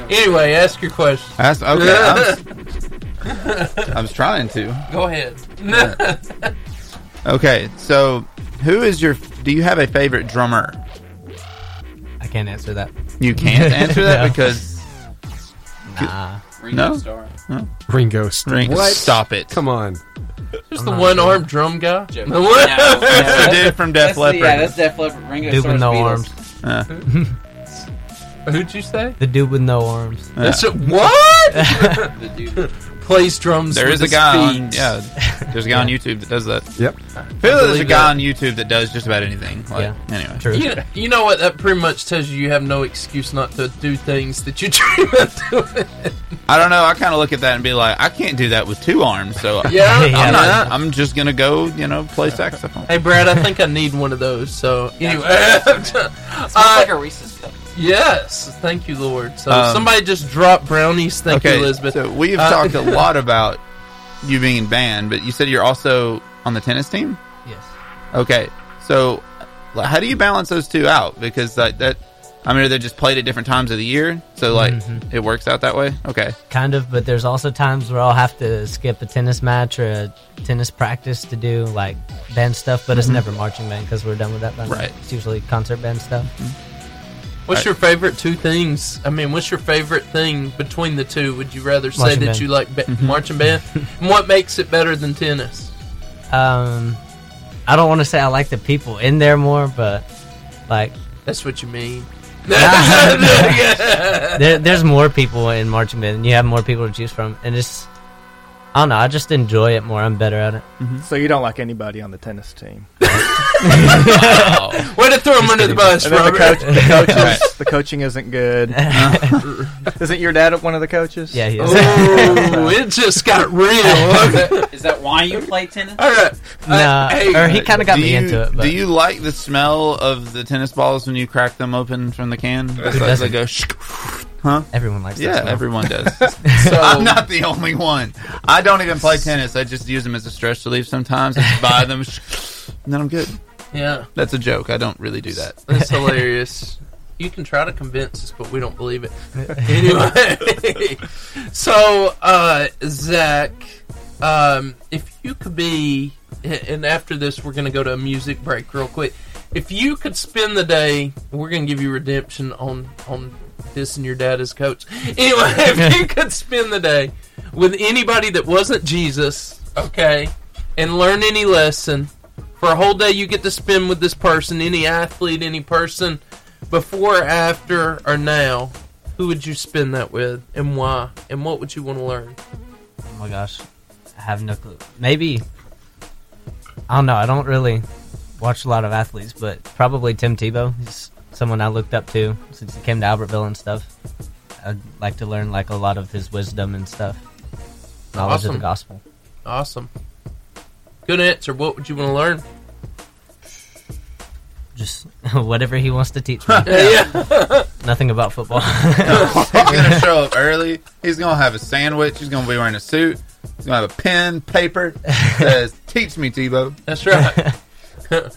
Speaker 1: Anyway, ask your question.
Speaker 3: that's okay. I was, I was trying to.
Speaker 1: Go ahead. <laughs>
Speaker 3: Okay, so who is your? Do you have a favorite drummer?
Speaker 9: I can't answer that.
Speaker 3: You <laughs> can't answer that
Speaker 9: No.
Speaker 3: because
Speaker 9: Nah.
Speaker 3: no.
Speaker 4: Ringo. Starr.
Speaker 3: Drink.
Speaker 4: What?
Speaker 3: Stop it.
Speaker 4: Come on.
Speaker 1: Just the one armed drum guy. The
Speaker 2: No,
Speaker 1: one-
Speaker 2: no,
Speaker 3: That's the
Speaker 2: that's-
Speaker 3: dude from Def Leppard.
Speaker 2: Yeah, that's Def Leppard. Ringo
Speaker 9: Dude
Speaker 2: Starr's
Speaker 9: with no
Speaker 2: Beatles.
Speaker 9: arms.
Speaker 3: Uh,
Speaker 1: Who'd you say?
Speaker 9: The dude with no arms.
Speaker 3: Yeah.
Speaker 1: That's a-
Speaker 3: <laughs>
Speaker 1: what?
Speaker 2: The dude.
Speaker 1: Plays drums.
Speaker 3: there
Speaker 1: with
Speaker 3: is a
Speaker 1: his
Speaker 3: guy on
Speaker 1: feet.
Speaker 3: yeah. There's a guy on YouTube that does that.
Speaker 4: Yep.
Speaker 3: I feel like there's a
Speaker 1: believe
Speaker 3: guy
Speaker 1: that.
Speaker 3: on YouTube that does just about anything. Like,
Speaker 9: Yeah.
Speaker 3: Anyway,
Speaker 9: True.
Speaker 1: You, you know what? That pretty much tells you you have no excuse not to do things that you <laughs> dream of doing.
Speaker 3: I don't know. I kind of look at that and be like, I can't do that with two arms. So
Speaker 1: <laughs> Yeah.
Speaker 9: Yeah.
Speaker 3: I'm not.
Speaker 1: yeah.
Speaker 3: I'm just gonna go. You know, play saxophone.
Speaker 1: Hey, Brad, I think I need one of those.
Speaker 2: <laughs>
Speaker 1: So, anyway. <laughs>
Speaker 2: Smells
Speaker 1: Uh,
Speaker 2: like a Reese's cup.
Speaker 1: Yes, thank you, Lord. So
Speaker 3: Um,
Speaker 1: somebody just dropped brownies. Thank
Speaker 3: okay,
Speaker 1: you, Elizabeth.
Speaker 3: so we've
Speaker 1: Uh, <laughs>
Speaker 3: talked a lot about you being in band, but you said you're also on the tennis team.
Speaker 9: Yes.
Speaker 3: Okay, so like, how do you balance those two out? Because like that, I mean, they're just played at different times of the year, so like
Speaker 1: Mm-hmm.
Speaker 3: it works out that way. Okay,
Speaker 9: Kind of, but there's also times where I'll have to skip a tennis match or a tennis practice to do like band stuff, but it's never marching band because we're done with that. Band.
Speaker 3: Right.
Speaker 9: It's usually concert band stuff.
Speaker 1: what's your favorite two things? I mean, what's your favorite thing between the two? Would you rather say
Speaker 9: Marching
Speaker 1: that
Speaker 9: band.
Speaker 1: you like ba- marching band? and what makes it better than tennis?
Speaker 9: Um, I don't want to say I like the people in there more, but like
Speaker 1: That's what you mean.
Speaker 9: there, there's more people in marching band, and you have more people to choose from, and it's. I don't know. I just enjoy it more. I'm better at it.
Speaker 7: So you don't like anybody on the tennis team.
Speaker 1: <laughs> Way to throw him under the bus,
Speaker 7: And then the,
Speaker 1: Robert.
Speaker 7: coach, <laughs> the, coaches,
Speaker 3: Right.
Speaker 7: the coaching isn't <laughs> good. Isn't your dad one of the coaches?
Speaker 9: Yeah, he
Speaker 3: Oh,
Speaker 9: is.
Speaker 1: Ooh, it just got real. Okay.
Speaker 2: Is that why you play tennis?
Speaker 1: All right. Uh,
Speaker 9: <laughs> Nah,
Speaker 1: hey,
Speaker 9: or he kind of got
Speaker 3: do
Speaker 9: me
Speaker 3: you,
Speaker 9: into it. But
Speaker 3: Do you like the smell of the tennis balls when you crack them open from the can? It's like they
Speaker 9: doesn't?
Speaker 3: go, shk.
Speaker 9: <laughs> everyone likes
Speaker 3: yeah,
Speaker 9: that. smell.
Speaker 3: everyone does.
Speaker 9: <laughs>
Speaker 1: so,
Speaker 3: I'm not the only one. I don't even play tennis. I just use them as a stress relief sometimes. I just buy <laughs> them, shk, and then I'm good.
Speaker 1: yeah,
Speaker 3: That's a joke. I don't really do that.
Speaker 1: <laughs> that's hilarious. You can try to convince us, but we don't believe
Speaker 3: <laughs>
Speaker 1: it. anyway, so uh, Zach, um, if you could be, and after this, we're going to go to a music break real quick. If you could spend the day, we're going to give you redemption on on this and your dad as coach. Anyway, <laughs> if you could spend the day with anybody that wasn't Jesus, okay, and learn any lesson. For a whole day, you get to spend with this person, any athlete, any person, before, after, or now who would you spend that with and why and what would you want to learn
Speaker 9: Oh my gosh, I have no clue. Maybe I don't know. I don't really watch a lot of athletes, but probably Tim Tebow. He's someone I looked up to since he came to Albertville and stuff. I'd like to learn like a lot of his wisdom and stuff, knowledge of
Speaker 1: Awesome.
Speaker 9: the gospel.
Speaker 1: awesome good answer what would you want to learn
Speaker 9: Just <laughs> whatever he wants to teach
Speaker 3: <laughs>
Speaker 9: me.
Speaker 1: <laughs> yeah
Speaker 9: Nothing about
Speaker 3: <laughs>
Speaker 9: football. <laughs>
Speaker 3: He's <laughs> gonna show up early. He's gonna have a sandwich. He's gonna be wearing a suit. He's gonna have a pen, paper. that <laughs> Says, "Teach me, Tebow."
Speaker 1: that's right <laughs>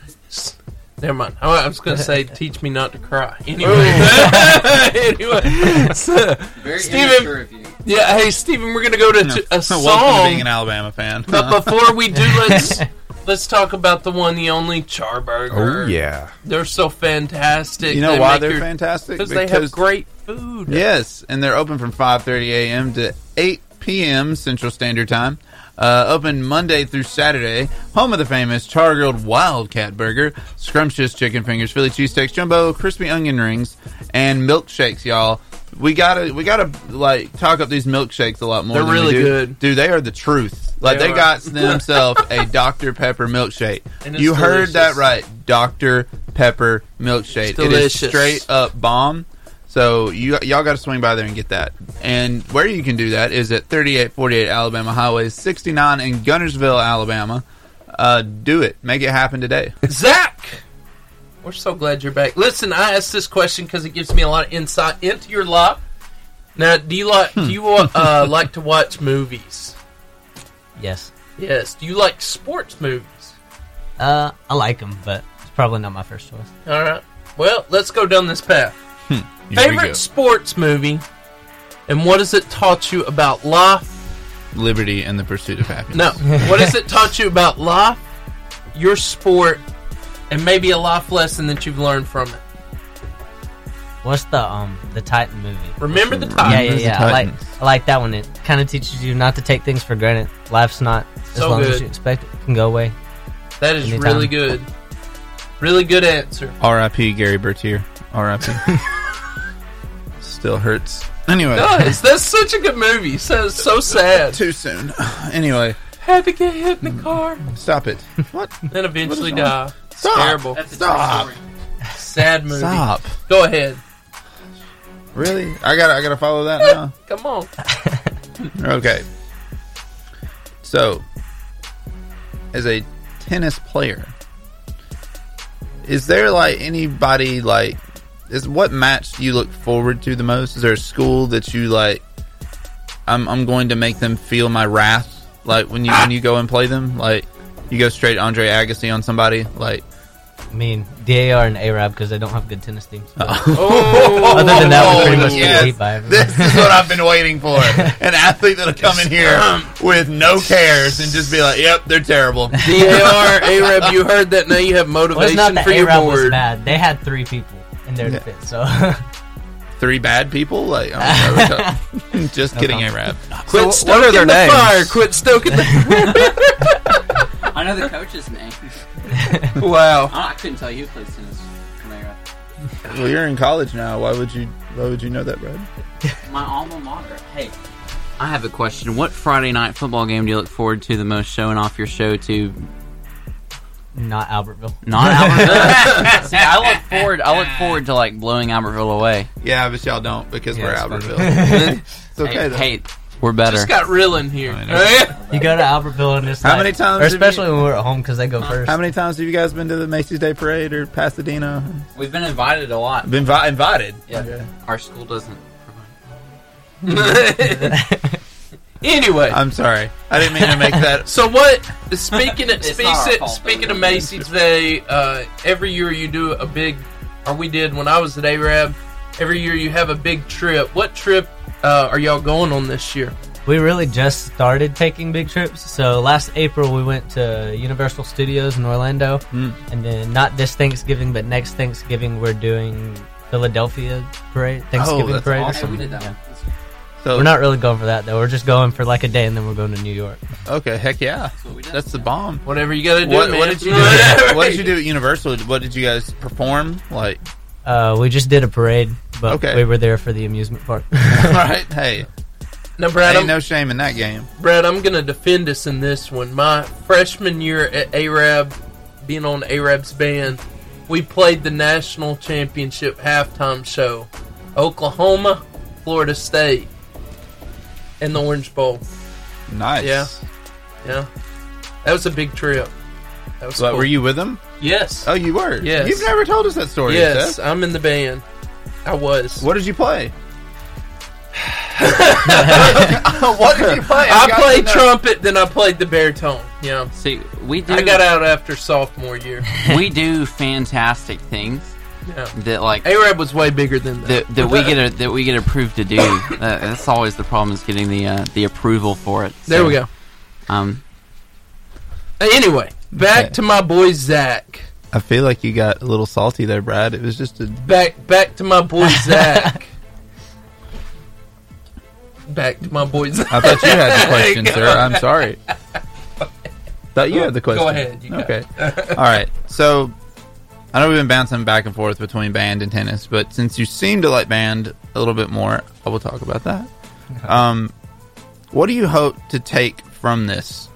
Speaker 1: never mind i I was going to say teach me not to cry <laughs> anyway <laughs> anyway so,
Speaker 2: Very
Speaker 1: Steven- immature
Speaker 2: of you.
Speaker 3: <laughs>
Speaker 1: yeah hey stephen we're going to go to t- a
Speaker 3: Welcome to being
Speaker 1: song
Speaker 3: an Alabama fan. <laughs>
Speaker 1: but before we do let's Let's talk about the one, the only Charburger.
Speaker 4: Oh yeah.
Speaker 1: they're so fantastic.
Speaker 3: You know why
Speaker 1: make
Speaker 3: they're
Speaker 1: your-
Speaker 3: fantastic?
Speaker 1: Because they have great food.
Speaker 3: Yes, and they're open from 5:30 a.m. to 8 p.m. Central Standard Time. Uh, open Monday through Saturday. Home of the famous char grilled wildcat burger, scrumptious chicken fingers, Philly cheesesteaks, jumbo, crispy onion rings, and milkshakes, y'all. We gotta, we gotta like talk up these milkshakes a lot more.
Speaker 1: They're
Speaker 3: than we
Speaker 1: really
Speaker 3: do.
Speaker 1: good.
Speaker 3: dude. They are the truth. Like
Speaker 1: They
Speaker 3: they,
Speaker 1: are. <laughs>
Speaker 3: got themselves a Dr Pepper milkshake.
Speaker 1: And it's
Speaker 3: You heard that
Speaker 1: delicious.
Speaker 3: right, Dr Pepper milkshake. It is
Speaker 1: delicious.
Speaker 3: straight up bomb. So you y'all got to swing by there and get that. And where you can do that is at 3848 Alabama Highway 69 in Gunnersville, Alabama. Uh, do it. Make it happen today.
Speaker 1: Zach, we're so glad you're back. Listen, I asked this question because it gives me a lot of insight into your life. Now, do you like do you
Speaker 3: Hmm.
Speaker 1: uh, like to watch movies?
Speaker 9: Yes.
Speaker 1: Yes. Do you like sports movies?
Speaker 9: Uh, I like them, but it's probably not my first choice.
Speaker 1: All right. Well, let's go down this path.
Speaker 3: Here we
Speaker 1: Favorite sports movie, and what has it taught you about life?
Speaker 3: go. Liberty and the pursuit of happiness.
Speaker 1: No, what has it taught you about life, your sport, and maybe a life lesson that you've learned from it?
Speaker 9: What's the um the Titan movie?
Speaker 1: Remember the
Speaker 9: Yeah,
Speaker 1: time.
Speaker 9: yeah,
Speaker 3: Remember the
Speaker 9: yeah. I like,
Speaker 3: Titans.
Speaker 9: I like that one. It kind of teaches you not to take things for granted. Life's not as
Speaker 1: So
Speaker 9: long
Speaker 1: good.
Speaker 9: as you expect it. it can go away.
Speaker 1: That is
Speaker 9: Anytime.
Speaker 1: really good. Really good answer.
Speaker 3: R.I.P. Gary Bertier. R.I.P. Still hurts. Anyway,
Speaker 1: Guys, that's such a good movie. So so sad.
Speaker 3: <laughs> too soon. Anyway,
Speaker 1: Had to get hit in the car,
Speaker 3: stop it. What?
Speaker 1: then eventually
Speaker 3: What is wrong?
Speaker 1: die. Terrible,
Speaker 3: Stop.
Speaker 1: sad movie.
Speaker 3: Stop.
Speaker 1: Go ahead.
Speaker 3: Really? I got. to I got to follow that now.
Speaker 1: Come on.
Speaker 3: Okay. So, as a tennis player, is there like anybody like is what match do you look forward to the most? Is there a school that you like I'm I'm going to make them feel my wrath like when you when you go and play them? Like you go straight Andre Agassi on somebody like
Speaker 9: I mean, DAR and Arab because they don't have good tennis teams. but
Speaker 1: Oh,
Speaker 9: Other than that, we pretty
Speaker 3: Oh,
Speaker 9: much
Speaker 3: yes.
Speaker 9: get beat by everyone.
Speaker 3: This is what I've been waiting
Speaker 9: <laughs>
Speaker 3: for. An athlete that'll come in here with no cares and just be like, "Yep, they're terrible."
Speaker 1: DAR Arab, you heard that. Now you have
Speaker 9: Well, it's
Speaker 1: motivation
Speaker 9: not that
Speaker 1: for your
Speaker 9: Arab was
Speaker 1: board.
Speaker 9: bad. They had three people in their
Speaker 3: Yeah.
Speaker 9: defense. So <laughs> I
Speaker 3: Three bad people? Like, I don't know. just kidding,
Speaker 9: problem.
Speaker 3: Arab.
Speaker 1: Quit
Speaker 4: what
Speaker 1: stoking
Speaker 4: are their
Speaker 1: the
Speaker 4: names?
Speaker 1: fire. Quit stoking the.
Speaker 10: I know the coach's
Speaker 2: <laughs>
Speaker 10: name.
Speaker 1: wow.
Speaker 10: I couldn't tell you who plays tennis. Kamara.
Speaker 3: Well, you're in college now. Why would you? Why would you know that, Brad?
Speaker 10: My alma mater. Hey,
Speaker 2: I have a question. What Friday night football game do you look forward to the most showing off your show to?
Speaker 9: not Albertville.
Speaker 10: <laughs>
Speaker 2: Not Albertville. See, I look forward I look forward to like blowing Albertville away.
Speaker 3: Yeah, but y'all don't because
Speaker 9: Yeah,
Speaker 3: we're
Speaker 9: it's
Speaker 3: Albertville. it's okay.
Speaker 2: Hey,
Speaker 3: though.
Speaker 2: hey, we're
Speaker 1: <laughs>
Speaker 2: better.
Speaker 1: Just got real in here.
Speaker 3: I know. <laughs>
Speaker 9: You go to Albertville and it's
Speaker 3: How
Speaker 9: like-
Speaker 3: many times
Speaker 9: or
Speaker 3: have you-
Speaker 9: especially when we're at home because they go first.
Speaker 3: How many times have you guys been to the Macy's Day Parade or Pasadena?
Speaker 2: We've been invited a lot.
Speaker 3: Been vi- invited.
Speaker 2: Yeah. Our school doesn't provide.
Speaker 1: <laughs> anyway,
Speaker 3: I'm sorry. I didn't mean to make
Speaker 1: <laughs>
Speaker 3: that.
Speaker 1: so what? Speaking
Speaker 10: <laughs>
Speaker 1: of,
Speaker 10: It's not our
Speaker 1: speaking,
Speaker 10: fault
Speaker 1: speaking
Speaker 10: that
Speaker 1: of
Speaker 10: we-
Speaker 1: Macy's Day, uh, every year you do a big, or we did when I was at Arab. Every year you have a big trip. What trip uh, are y'all going on this year?
Speaker 9: We really just started taking big trips. So last April we went to Universal Studios in Orlando,
Speaker 3: Hmm.
Speaker 9: and then not this Thanksgiving, but next Thanksgiving we're doing Philadelphia parade, Thanksgiving
Speaker 3: Oh, that's
Speaker 9: parade. or
Speaker 10: hey, we
Speaker 9: something.
Speaker 10: did that
Speaker 9: Yeah.
Speaker 10: one.
Speaker 3: So
Speaker 9: We're not really going for that though. We're just going for like a day, and then we're going to New York.
Speaker 3: okay. Heck yeah,
Speaker 10: That's what we did.
Speaker 3: that's the bomb.
Speaker 1: Whatever you gotta do.
Speaker 3: What,
Speaker 1: man.
Speaker 3: what
Speaker 1: <laughs>
Speaker 3: <laughs> did you do?
Speaker 1: Whatever.
Speaker 3: what did you do at Universal? What did you guys perform? Like,
Speaker 9: Uh, we just did a parade, but
Speaker 3: Okay.
Speaker 9: we were there for the
Speaker 3: <laughs>
Speaker 9: amusement park.
Speaker 3: all <laughs> right, hey,
Speaker 1: Now, Brad,
Speaker 3: ain't
Speaker 1: I'm,
Speaker 3: no shame in that game.
Speaker 1: Brad, I'm gonna defend us in this one. My freshman year at Arab, being on Arab's band, we played the national championship halftime show, Oklahoma, Florida State, and the Orange Bowl.
Speaker 3: Nice.
Speaker 1: Yeah. Yeah, that was a big trip. That was
Speaker 3: So,
Speaker 1: cool.
Speaker 3: were you with him?
Speaker 1: Yes,
Speaker 3: Oh, you were.
Speaker 1: Yes.
Speaker 3: You've never told us that story.
Speaker 1: yes,
Speaker 3: Seth.
Speaker 1: I'm in the band. I was.
Speaker 3: What did you
Speaker 1: <laughs>
Speaker 3: play? what did you play?
Speaker 1: I
Speaker 3: I've got
Speaker 1: played
Speaker 3: to know.
Speaker 1: trumpet, then I played the baritone. Yeah,
Speaker 2: See, we do
Speaker 1: I got out after sophomore year.
Speaker 2: we do fantastic things
Speaker 1: Yeah.
Speaker 2: that like
Speaker 1: Arab was way bigger than that.
Speaker 2: that, that we get a, that we get approved
Speaker 3: <laughs>
Speaker 2: to do. Uh, that's always the problem is getting the uh, the approval for it.
Speaker 1: There
Speaker 2: So,
Speaker 1: we go.
Speaker 2: Um,
Speaker 1: Uh, Anyway, Back to my boy Zach.
Speaker 3: I feel like you got a little salty there, Brad. It was just a
Speaker 1: Back back to my boy Zach. back to my boy Zach.
Speaker 3: I thought
Speaker 1: <laughs>
Speaker 3: you had the question, sir. I'm sorry. Thought you had the question.
Speaker 1: Go ahead. You got
Speaker 3: okay. All right. So I know we've been bouncing back and forth between band and tennis, but since you seem to like band a little bit more, I will talk
Speaker 1: <laughs>
Speaker 3: about that.
Speaker 1: Uh-huh.
Speaker 3: Um, what do you hope to take from this?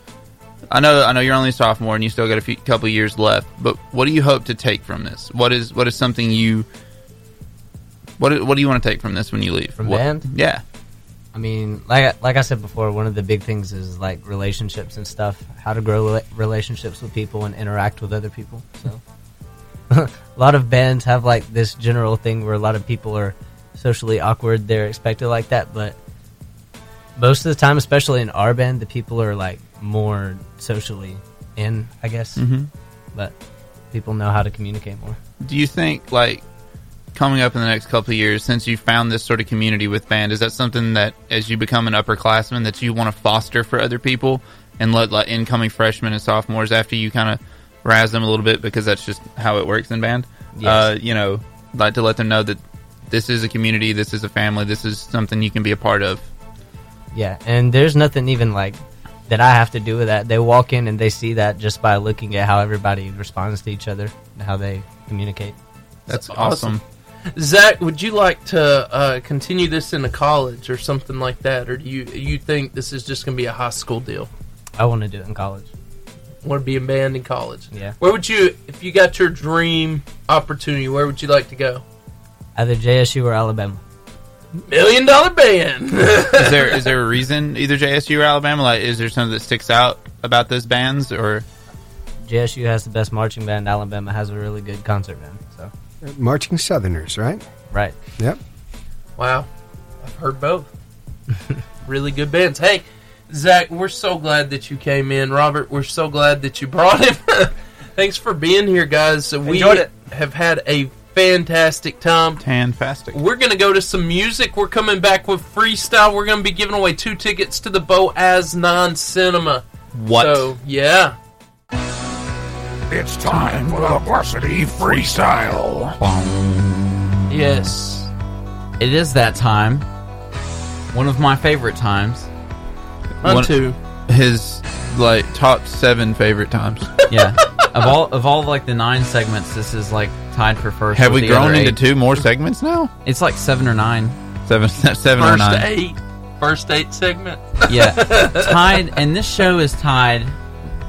Speaker 3: I know, I know you're only a sophomore and you still got a few couple years left, but what do you hope to take from this? What is what is something you what do- what do you want to take from this when you leave?
Speaker 9: From
Speaker 3: What-
Speaker 9: band?
Speaker 3: Yeah.
Speaker 9: I mean, like like I said before, one of the big things is like relationships and stuff. How to grow rela- relationships with people and interact with other people. So, <laughs> a lot of bands have like this general thing where a lot of people are socially awkward. They're expected like that, but most of the time, especially in our band, the people are like more socially in, I guess.
Speaker 3: Mhm.
Speaker 9: But people know how to communicate more.
Speaker 3: do you think like coming up in the next couple of years since you found this sort of community with band is that something that as you become an upperclassman that you want to foster for other people and let like incoming freshmen and sophomores after you kind of razz them a little bit because that's just how it works in band
Speaker 9: Yes.
Speaker 3: uh, you know like to let them know that this is a community this is a family this is something you can be a part of
Speaker 9: Yeah, and there's nothing even like that I have to do with that. They walk in and they see that just by looking at how everybody responds to each other and how they communicate.
Speaker 3: that's awesome,
Speaker 1: Zach, would you like to uh, continue this into college or something like that, or do you you think this is just going to be a high school deal?
Speaker 9: I want to do it in college.
Speaker 1: Want to be a band in college?
Speaker 9: Yeah.
Speaker 1: Where would you, if you got your dream opportunity, where would you like to go?
Speaker 9: Either JSU or Alabama.
Speaker 1: Million dollar band. <laughs>
Speaker 3: is there is there a reason either jsu or alabama like is there something that sticks out about those bands or
Speaker 9: JSU has the best marching band. Alabama has a really good concert band. So
Speaker 4: Marching Southerners, right?
Speaker 9: right,
Speaker 4: Yep.
Speaker 1: Wow. I've heard both. <laughs> really good bands. Hey, Zach, we're so glad that you came in. Robert, we're so glad that you brought him. <laughs> Thanks for being here, guys. So we
Speaker 7: Enjoyed it.
Speaker 1: have had a fantastic time.
Speaker 3: tan fasting
Speaker 1: We're going to go to some music. We're coming back with freestyle. We're going to be giving away two tickets to the Boaz Non Cinema.
Speaker 3: what
Speaker 1: So, yeah.
Speaker 5: It's time for the varsity freestyle.
Speaker 1: Yes.
Speaker 2: It is that time. One of my favorite times.
Speaker 1: On
Speaker 3: One-
Speaker 1: two.
Speaker 3: his like top seven
Speaker 2: <laughs>
Speaker 3: favorite times.
Speaker 2: Yeah. of all of all like the nine segments, this is like tied for first.
Speaker 3: Have
Speaker 2: with
Speaker 3: we
Speaker 2: the
Speaker 3: grown
Speaker 2: other
Speaker 3: into
Speaker 2: eight.
Speaker 3: two more segments now?
Speaker 2: It's like seven or nine.
Speaker 3: Seven, <laughs> seven or
Speaker 1: First
Speaker 3: nine.
Speaker 1: eight. First eight segment.
Speaker 2: Yeah. tied and this show is tied.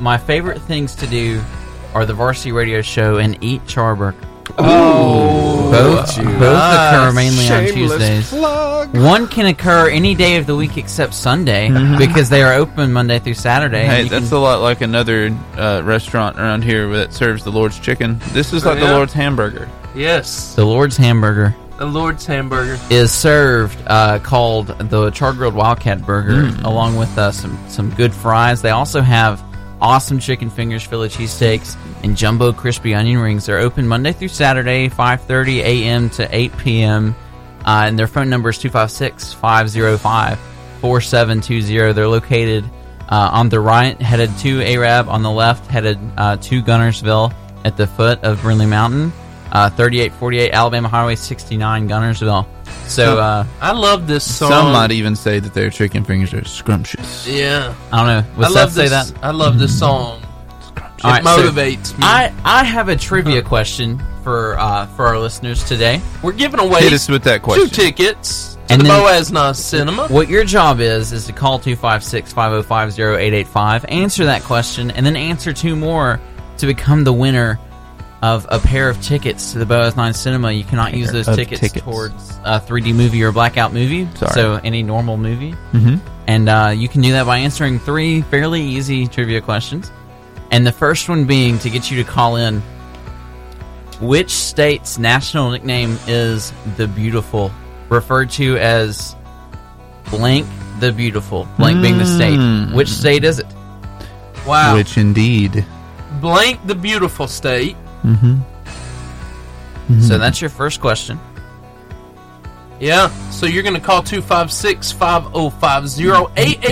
Speaker 2: My favorite things to do are the varsity radio show and eat charburger. Oh, both, both occur mainly on Tuesdays.
Speaker 4: plug.
Speaker 2: One can occur any day of the week except Sunday because they are open Monday through Saturday. and
Speaker 3: Mm-hmm. Hey,
Speaker 2: you
Speaker 3: that's
Speaker 2: can-
Speaker 3: a lot like another uh, restaurant around here that serves the Lord's chicken. This is like
Speaker 1: Yeah.
Speaker 3: the Lord's hamburger.
Speaker 1: Yes.
Speaker 2: the Lord's hamburger
Speaker 1: The Lord's Hamburger.
Speaker 2: is served uh, called the Char Grilled Wildcat Burger, along with uh, some some good fries. They also have awesome chicken fingers, Philly cheesesteaks, and jumbo crispy onion rings. They're open Monday through Saturday, 5:30 a.m. to 8 p.m. Uh, and their phone number is 256-505-4720. They're located uh, on the right, headed to Arab, on the left, headed uh, to Gunnersville at the foot of Brindley Mountain, uh, 3848 Alabama Highway 69, Gunnersville. So uh,
Speaker 1: I love this song.
Speaker 2: um,
Speaker 3: Some might even say that their chicken fingers are scrumptious.
Speaker 1: Yeah.
Speaker 2: I don't know. Would
Speaker 1: I
Speaker 2: Seth
Speaker 1: love
Speaker 2: say
Speaker 1: this.
Speaker 2: that?
Speaker 1: I love this song.
Speaker 2: All right,
Speaker 1: it
Speaker 2: so
Speaker 1: motivates me.
Speaker 2: I I have a trivia question for uh, for our listeners today.
Speaker 1: We're giving away
Speaker 3: Hit us with that
Speaker 1: two
Speaker 3: question.
Speaker 1: tickets to
Speaker 2: And
Speaker 1: the
Speaker 2: then-
Speaker 1: Boaz Nas Cinema.
Speaker 2: What your job is is to call 256-505-0885, answer that question, and then answer two more to become the winner of a pair of tickets to the Boaz 9 Cinema. You cannot use those
Speaker 3: of
Speaker 2: tickets,
Speaker 3: tickets.
Speaker 2: towards a 3D movie or blackout movie,
Speaker 3: Sorry.
Speaker 2: so any normal movie. Mm-hmm. And uh, you can do that by answering three fairly easy trivia questions. And the first one being to get you to call in Which state's national nickname is the Beautiful, referred to as blank the Beautiful, blank being the state? Which state is it?
Speaker 1: Wow.
Speaker 3: Which indeed.
Speaker 1: Blank the Beautiful State.
Speaker 2: So that's your first question.
Speaker 1: Yeah. So you're going to call 256 5050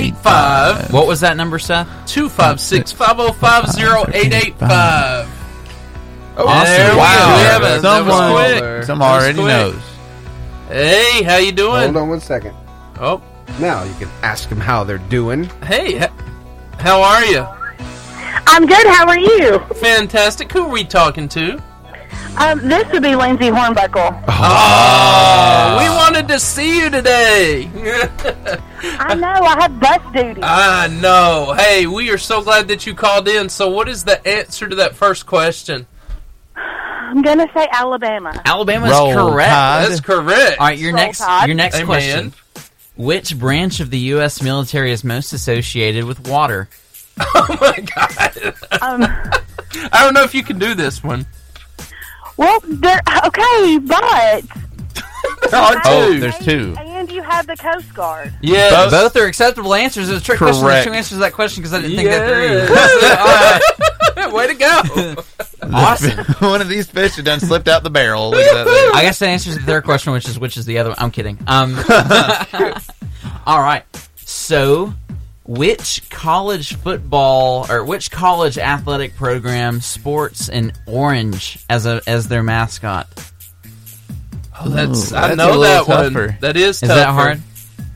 Speaker 1: 885.
Speaker 2: What was that number, Seth?
Speaker 1: 256 5050 885.
Speaker 2: Awesome.
Speaker 1: There we go.
Speaker 2: Wow.
Speaker 1: We have a- that was
Speaker 3: Someone-
Speaker 1: quick.
Speaker 3: Some
Speaker 1: That was
Speaker 3: already
Speaker 1: quick.
Speaker 3: knows.
Speaker 1: Hey, how you
Speaker 4: Hold
Speaker 1: doing?
Speaker 4: on one second.
Speaker 1: Oh,
Speaker 4: Now you can ask them how they're doing.
Speaker 1: hey, h- how are you?
Speaker 11: I'm good. How are you?
Speaker 1: Fantastic. Who are we talking to?
Speaker 11: Um, this would be Lindsay Hornbuckle.
Speaker 2: Uh,
Speaker 1: we wanted to see you today. <laughs>
Speaker 11: I know. I have bus duty.
Speaker 1: I know. Hey, we are so glad that you called in. So, what is the answer to that first question?
Speaker 11: I'm gonna say Alabama.
Speaker 2: Alabama's
Speaker 3: Roll
Speaker 2: correct.
Speaker 3: Tide.
Speaker 1: That's correct.
Speaker 2: All right, your
Speaker 11: Roll
Speaker 2: next
Speaker 11: Tide.
Speaker 2: your next
Speaker 1: Amen.
Speaker 2: question. Which branch of the U.S. military is most associated with water?
Speaker 1: Oh my god.
Speaker 11: Um,
Speaker 1: I don't know if you can do this one.
Speaker 11: well, there. Okay, but
Speaker 3: Oh, there's two.
Speaker 11: and you have the Coast Guard.
Speaker 1: Yeah.
Speaker 2: Both, are acceptable answers. It's a trick question. There's
Speaker 3: Correct.
Speaker 2: two answers to that question because I didn't think that <laughs>
Speaker 1: Yeah. <laughs> Way to go.
Speaker 2: through. awesome.
Speaker 3: <laughs> One of these fish had done slipped out the barrel. Look at
Speaker 2: <laughs>
Speaker 3: that thing.
Speaker 2: I guess that answers the third question, which is which is the other one. I'm kidding. Um, <laughs> all right. So, which college football or which college athletic program sports an orange as a as their mascot?
Speaker 1: Oh, that's, I
Speaker 3: that's a
Speaker 1: know
Speaker 3: little
Speaker 1: that one.
Speaker 3: tougher.
Speaker 1: That is
Speaker 2: Is
Speaker 1: tougher.
Speaker 2: that hard?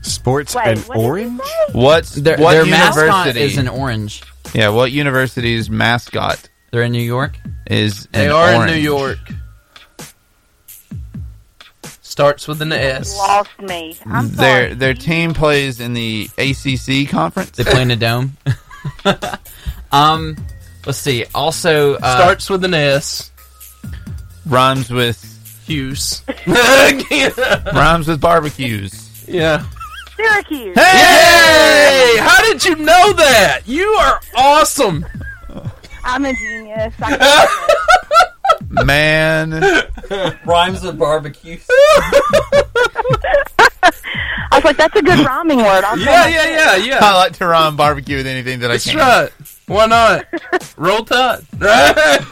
Speaker 4: Sports
Speaker 11: Wait,
Speaker 4: and
Speaker 11: what did you
Speaker 4: orange?
Speaker 11: say?
Speaker 3: What's
Speaker 2: Their,
Speaker 3: what
Speaker 2: their
Speaker 3: university?
Speaker 2: mascot is an orange.
Speaker 3: yeah, what university's mascot
Speaker 2: They're in New York.
Speaker 3: is?
Speaker 1: They
Speaker 3: an
Speaker 1: are
Speaker 3: orange?
Speaker 1: in New York. Starts with an S.
Speaker 11: Lost me. I'm
Speaker 3: Their
Speaker 11: sorry.
Speaker 3: their team plays in the ACC conference.
Speaker 2: They play in a dome. <laughs> um, let's see. Also, uh,
Speaker 1: Starts with an S.
Speaker 3: Rhymes with
Speaker 1: Hughes. <laughs> yeah.
Speaker 3: rhymes with barbecues.
Speaker 11: Syracuse.
Speaker 1: Hey! How did you know that? You are awesome.
Speaker 11: I'm a genius. I can't-
Speaker 3: Man, <laughs>
Speaker 9: Rhymes with barbecue.
Speaker 11: I was like, that's a good rhyming word. I'll say
Speaker 1: Yeah,
Speaker 11: it.
Speaker 1: yeah, yeah, yeah.
Speaker 3: I like to rhyme barbecue with anything that I
Speaker 1: That's
Speaker 3: can.
Speaker 1: right. Why <laughs> not? Roll Tide.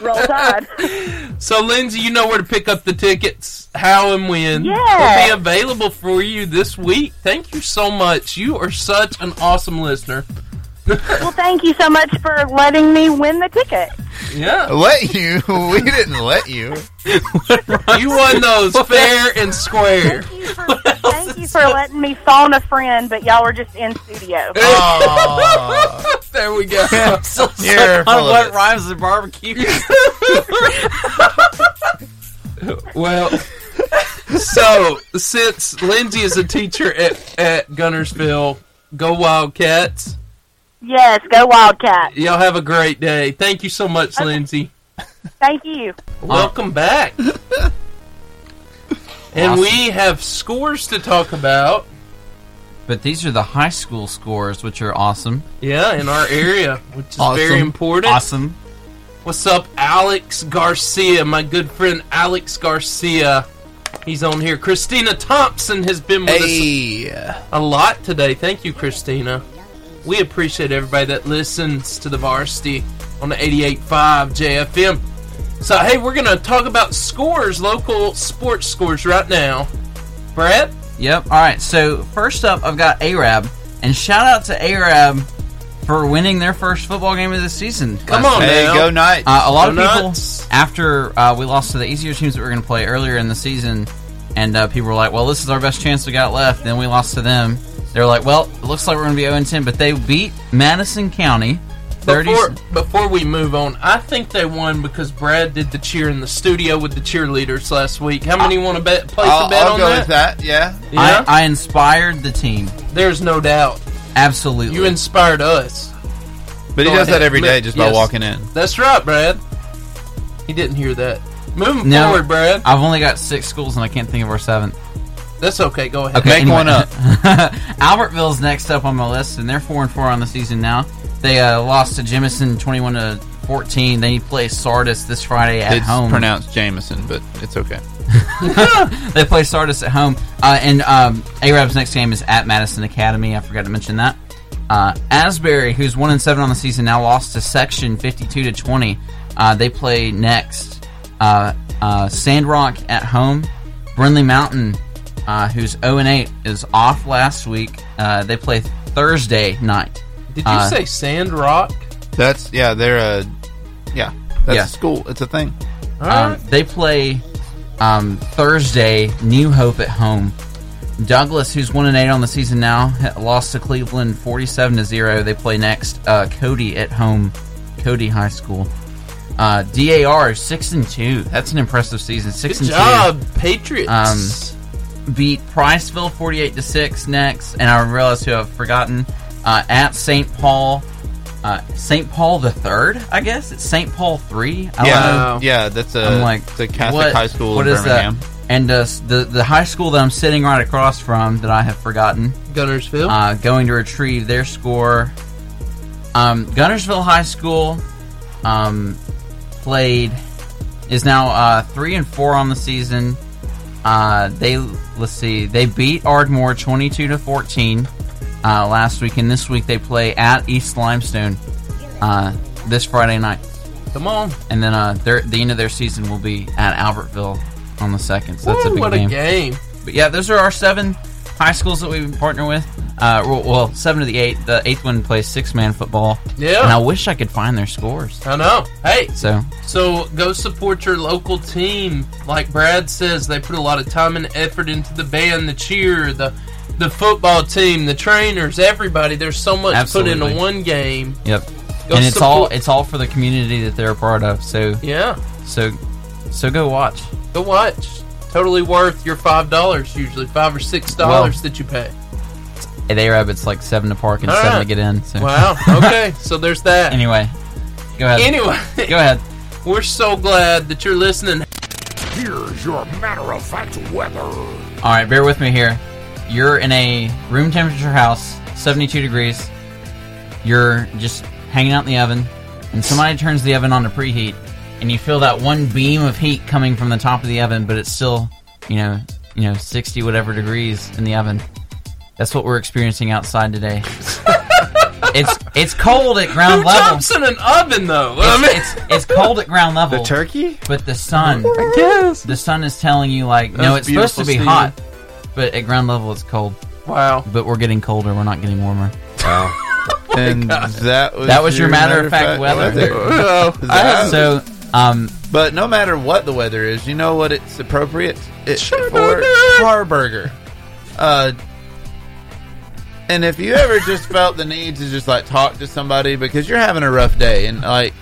Speaker 1: <laughs>
Speaker 11: Roll Tide.
Speaker 1: so, Lindsay, you know where to pick up the tickets, how and when.
Speaker 11: Yeah.
Speaker 1: They'll be available for you this week. Thank you so much. You are such an awesome listener.
Speaker 11: Well, thank you so much for letting me win the ticket.
Speaker 1: Yeah.
Speaker 3: Let you? <laughs> We didn't let you.
Speaker 1: You won <laughs> those fair and square.
Speaker 11: Thank you for, thank you for letting me phone a friend, but y'all were just in studio.
Speaker 3: Aw,
Speaker 1: There we <laughs> go.
Speaker 3: you're
Speaker 2: on
Speaker 3: full
Speaker 2: what
Speaker 3: of it.
Speaker 2: rhymes with barbecue? <laughs>
Speaker 1: Well, so since Lindsay is a teacher at, at Gunnersville, go Wildcats.
Speaker 11: Yes, go Wildcat.
Speaker 1: Y'all have a great day. Thank you so much, Lindsay.
Speaker 11: Thank you.
Speaker 1: Welcome back.
Speaker 2: <laughs>
Speaker 1: And we have scores to talk about.
Speaker 2: But these are the high school scores, which are awesome.
Speaker 1: Yeah, in our area, which is very
Speaker 2: Awesome.
Speaker 1: important.
Speaker 2: Awesome.
Speaker 1: What's up, Alex Garcia? My good friend Alex Garcia. He's on here. Christina Thompson has been with us
Speaker 3: Hey,
Speaker 1: a lot today. Thank you, Christina. We appreciate everybody that listens to the varsity on the 88.5 JFM. So, hey, we're going to talk about scores, local sports scores right now. Brett?
Speaker 2: Yep. All right. So first up, I've got Arab, and shout out to Arab for winning their first football game of the season.
Speaker 1: Come
Speaker 2: last
Speaker 1: on
Speaker 3: hey,
Speaker 1: now.
Speaker 3: go night.
Speaker 2: Uh, a lot of
Speaker 1: Go
Speaker 2: people
Speaker 1: nuts.
Speaker 2: after uh, we lost to the easier teams that we were going to play earlier in the season, and uh, people were like, "Well, this is our best chance we got left." Then we lost to them. They were like, "Well, it looks like we're going to be 0 10," but they beat Madison County. 30
Speaker 1: Before, before we move on, I think they won because Brad did the cheer in the studio with the cheerleaders last week. How many want to bet, place
Speaker 3: I'll,
Speaker 1: a bet
Speaker 3: I'll
Speaker 1: on
Speaker 3: go
Speaker 1: that?
Speaker 3: with that. Yeah,
Speaker 1: Yeah?
Speaker 2: I, I inspired the team.
Speaker 1: There's no doubt.
Speaker 2: Absolutely.
Speaker 1: You inspired us.
Speaker 3: but he
Speaker 1: Go
Speaker 3: does
Speaker 1: ahead.
Speaker 3: that every day just by
Speaker 1: Yes.
Speaker 3: walking in.
Speaker 1: That's right, Brad. He didn't hear that. Moving
Speaker 2: No.
Speaker 1: forward, Brad.
Speaker 2: I've only got six schools, and I can't think of our seventh.
Speaker 1: That's okay. Go ahead.
Speaker 3: Make one up.
Speaker 2: <laughs> Albertville's next up on my list, and they're four and four on the season now. They uh, lost to Jemison twenty-one to fourteen. They play Sardis this Friday at
Speaker 3: it's
Speaker 2: home.
Speaker 3: pronounced Jameson, but it's okay.
Speaker 2: They play Sardis at home. Uh, and um, Arab's next game is at Madison Academy. I forgot to mention that. Uh, Asbury, who's one and seven on the season, now lost to Section fifty-two to twenty. Uh, they play next. Uh, uh, Sandrock at home. Brindley Mountain uh, who's 0 and 8, is off last week. Uh, they play Thursday night.
Speaker 1: Did you
Speaker 2: uh,
Speaker 1: say Sand Rock?
Speaker 3: That's yeah. They're a yeah. That's
Speaker 2: Yeah.
Speaker 3: a school. It's a thing.
Speaker 2: Um, they play um, Thursday, New Hope at home. Douglas, who's one and eight on the season now, ha- lost to Cleveland forty-seven to zero. They play next uh, Cody at home, Cody High School. Uh, Dar six and two. That's an impressive season. Six
Speaker 1: Good
Speaker 2: and
Speaker 1: job,
Speaker 2: two.
Speaker 1: Patriots.
Speaker 2: Um, beat Priceville forty-eight to six next, and I realize who I've forgotten. Uh, at St. Paul, uh, St. Paul the third, I guess it's St. Paul three. I
Speaker 3: Yeah,
Speaker 2: don't know.
Speaker 3: yeah, that's a-
Speaker 2: I'm like
Speaker 3: it's a Catholic high school in
Speaker 2: is
Speaker 3: Birmingham.
Speaker 2: that? And uh, s- the the high school that I'm sitting right across from that I have forgotten,
Speaker 3: Oh.
Speaker 1: Gunnersville,
Speaker 2: uh, going to retrieve their score. Um, Gunnersville High School um, played is now uh, three and four on the season. Uh, they let's see, they beat Ardmore twenty two to fourteen uh, last week, and this week they play at East Limestone uh, this Friday night.
Speaker 1: Come on.
Speaker 2: And then uh, their, the end of their season will be at Albertville on the second. So that's a
Speaker 1: Woo,
Speaker 2: big
Speaker 1: what a
Speaker 2: game.
Speaker 1: game.
Speaker 2: But yeah, those are our seven high schools that we partner with. Uh, well, well, seven of the eight. The eighth one plays six man football.
Speaker 1: Yeah.
Speaker 2: And I wish I could find their scores.
Speaker 1: I know. Hey,
Speaker 2: So
Speaker 1: So go support your local team. Like Brad says, they put a lot of time and effort into the band, the cheer, the the football team, the trainers, everybody. There's so much put
Speaker 2: Absolutely.
Speaker 1: into one game.
Speaker 2: yep.
Speaker 1: Go
Speaker 2: and it's all
Speaker 1: support-
Speaker 2: it's all for the community that they're a part of. So
Speaker 1: Yeah.
Speaker 2: So so go watch.
Speaker 1: Go watch. Totally worth your five dollars usually, five or six dollars that you pay.
Speaker 2: At A Rabbit's like seven to park and
Speaker 1: All
Speaker 2: seven
Speaker 1: right.
Speaker 2: to get in. So. <laughs>
Speaker 1: Wow. Okay. so there's that.
Speaker 2: Anyway, go ahead.
Speaker 1: Anyway.
Speaker 2: go ahead.
Speaker 1: <laughs> We're so glad that you're listening.
Speaker 5: Here's your matter of fact weather.
Speaker 2: All right, bear with me here. You're in a room temperature house, 72 degrees. You're just hanging out in the oven, and somebody turns the oven on to preheat, and you feel that one beam of heat coming from the top of the oven, but it's still, you know, you know, 60 whatever degrees in the oven. That's what we're experiencing outside today. it's it's cold at ground
Speaker 1: Who
Speaker 2: level.
Speaker 1: jumps in an oven though? I mean-
Speaker 2: It's, it's it's cold at ground level.
Speaker 1: The
Speaker 2: turkey, but the sun. The sun is telling you like, no,
Speaker 1: That's
Speaker 2: it's supposed to be
Speaker 1: beautiful,
Speaker 2: hot, but at ground level it's cold.
Speaker 1: Wow.
Speaker 2: But we're getting colder. We're not getting warmer. Wow.
Speaker 3: <laughs> and that was
Speaker 2: that was your matter, of fact, weather.
Speaker 3: <laughs>
Speaker 2: so, um,
Speaker 3: but no matter what the weather is, you know what it's appropriate it, for Charburger. Uh, and if you ever just felt the need to just like talk to somebody because you're having a rough day and like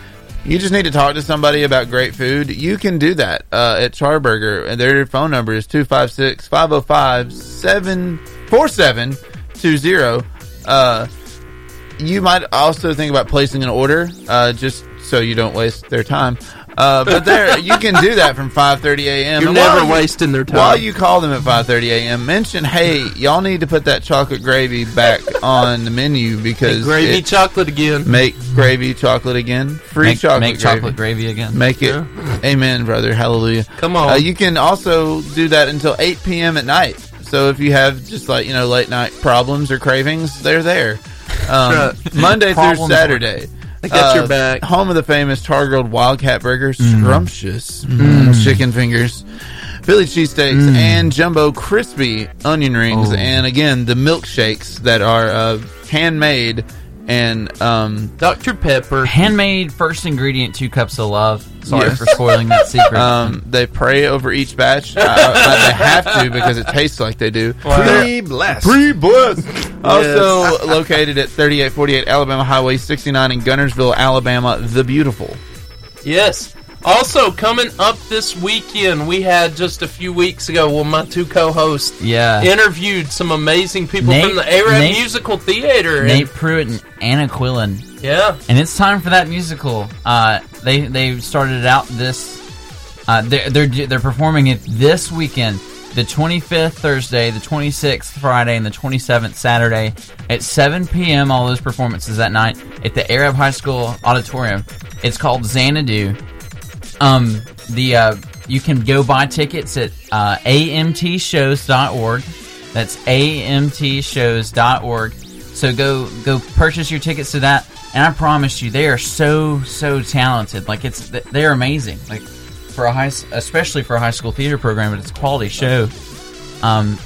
Speaker 3: you just need to talk to somebody about great food, you can do that uh, at Charburger. And their phone number is 256 505 4720. Uh, you might also think about placing an order uh, just so you don't waste their time. Uh, but there, you can do that from 5:30 a.m.
Speaker 1: You're
Speaker 3: And while
Speaker 1: never
Speaker 3: you-
Speaker 1: wasting their time.
Speaker 3: While you call them at 5:30 a.m., mention, "Hey, y'all need to put that chocolate gravy back on the menu because
Speaker 1: gravy
Speaker 3: it-
Speaker 1: chocolate again.
Speaker 3: Make gravy chocolate again. Free
Speaker 2: Make-
Speaker 3: chocolate.
Speaker 2: make chocolate gravy again.
Speaker 3: Make it. Amen, brother. Hallelujah.
Speaker 1: Come on.
Speaker 3: Uh, you can also do that until 8 p.m. at night. So if you have just like you know late night problems or cravings, they're there. Um,
Speaker 1: Right.
Speaker 3: Monday through
Speaker 1: Problems.
Speaker 3: Saturday.
Speaker 1: I got your
Speaker 3: back. Home of the famous Tar Grilled Wildcat Burger,
Speaker 1: Mm.
Speaker 3: scrumptious
Speaker 1: Mm.
Speaker 3: Mm, chicken fingers, Philly cheesesteaks, and jumbo crispy onion rings,
Speaker 1: Oh.
Speaker 3: and again the milkshakes that are uh, handmade and um,
Speaker 1: Dr Pepper
Speaker 2: handmade first ingredient, two cups of love. Sorry
Speaker 3: Yes.
Speaker 2: for spoiling that secret.
Speaker 3: <laughs> Um, they pray over each batch. Uh, uh, they have to because it tastes like they do.
Speaker 4: Wow.
Speaker 3: They're-
Speaker 4: Pre-blessed.
Speaker 3: Pre-blessed. Also located at 3848 Alabama Highway 69 in Gunnersville, Alabama. The beautiful.
Speaker 1: Yes. Also, coming up this weekend, we had just a few weeks ago, well, my two co hosts
Speaker 2: Yeah.
Speaker 1: interviewed some amazing people
Speaker 2: Uh, Nate-
Speaker 1: from the Arab
Speaker 2: Nate-
Speaker 1: Musical Theater.
Speaker 2: Nate
Speaker 1: And,
Speaker 2: Pruitt and Anna Quillen.
Speaker 1: yeah.
Speaker 2: And it's time for that musical. Uh, they they started it out this. Uh, they're, they're they're performing it this weekend, the 25th Thursday, the 26th Friday, and the 27th Saturday at 7 p.m. All those performances that night at the Arab High School Auditorium. It's called Xanadu. Um, the uh, you can go buy tickets at uh, amtshows.org. That's amtshows.org. So go go purchase your tickets to that, and I promise you, they are so so talented. Like it's they're amazing. Like for a high, especially for a high school theater program, but it's a quality show. Um,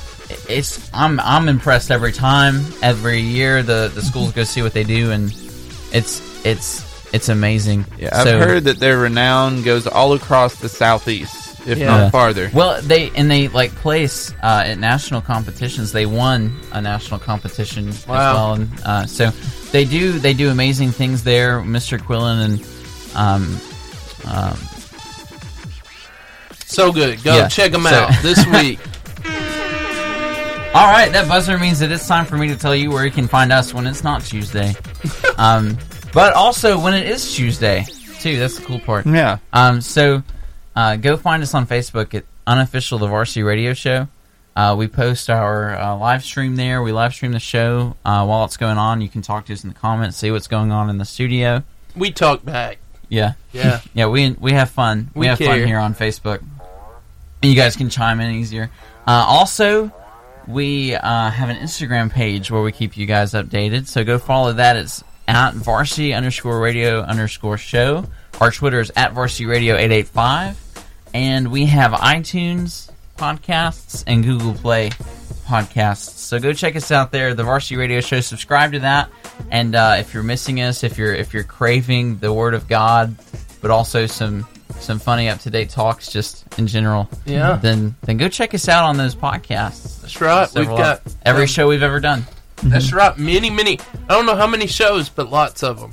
Speaker 2: it's I'm I'm impressed every time, every year the the schools go see what they do, and it's it's it's amazing.
Speaker 3: Yeah, I've
Speaker 2: So-
Speaker 3: heard that their renown goes all across the southeast, if
Speaker 2: Yeah.
Speaker 3: not farther.
Speaker 2: Well, they and they like place uh, at national competitions. They won a national competition as
Speaker 1: Wow.
Speaker 2: well, and uh, so they do they do amazing things there. Mr. Quillen and um, um,
Speaker 1: So good. Go
Speaker 2: Yeah.
Speaker 1: check 'em
Speaker 2: So-
Speaker 1: out
Speaker 2: <laughs>
Speaker 1: this week.
Speaker 2: All right, that buzzer means that it's time for me to tell you where you can find us when it's not Tuesday. um, but also when it is Tuesday, too. That's the cool part.
Speaker 3: Yeah.
Speaker 2: Um, so uh, go find us on Facebook at Unofficial The Varsity Radio Show. Uh, we post our uh, live stream there. We live stream the show uh, while it's going on. You can talk to us in the comments, see what's going on in the studio.
Speaker 1: We talk back.
Speaker 2: Yeah.
Speaker 1: Yeah.
Speaker 2: <laughs> yeah, we we have fun. We,
Speaker 1: We
Speaker 2: have
Speaker 1: care.
Speaker 2: fun here on Facebook. And you guys can chime in easier. Uh, also, we uh, have an Instagram page where we keep you guys updated. So go follow that. It's at varsity underscore radio underscore show. Our Twitter is at varsity radio 885. And we have iTunes podcasts and Google Play podcasts. So go check us out there, the Varsity Radio Show. Subscribe to that, and uh, if you're missing us, if you're if you're craving the Word of God, but also some some funny up to date talks just in general,
Speaker 1: Yeah.
Speaker 2: Then then go check us out on those podcasts.
Speaker 1: That's right. We've
Speaker 2: Several of-
Speaker 1: got
Speaker 2: every show we've ever done.
Speaker 1: That's right. Many, many. I don't know how many shows, but lots of them.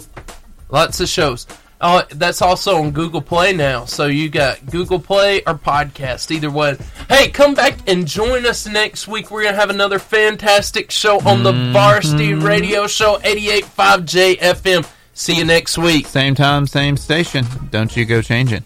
Speaker 1: Lots of shows. Uh, that's also on Google Play now. So you got Google Play or podcast, either one. Hey, come back and join us next week. We're going to have another fantastic show on the Varsity
Speaker 2: Mm-hmm.
Speaker 1: Radio Show 88.5 JFM. See you next week.
Speaker 3: Same time, same station. Don't you go changing.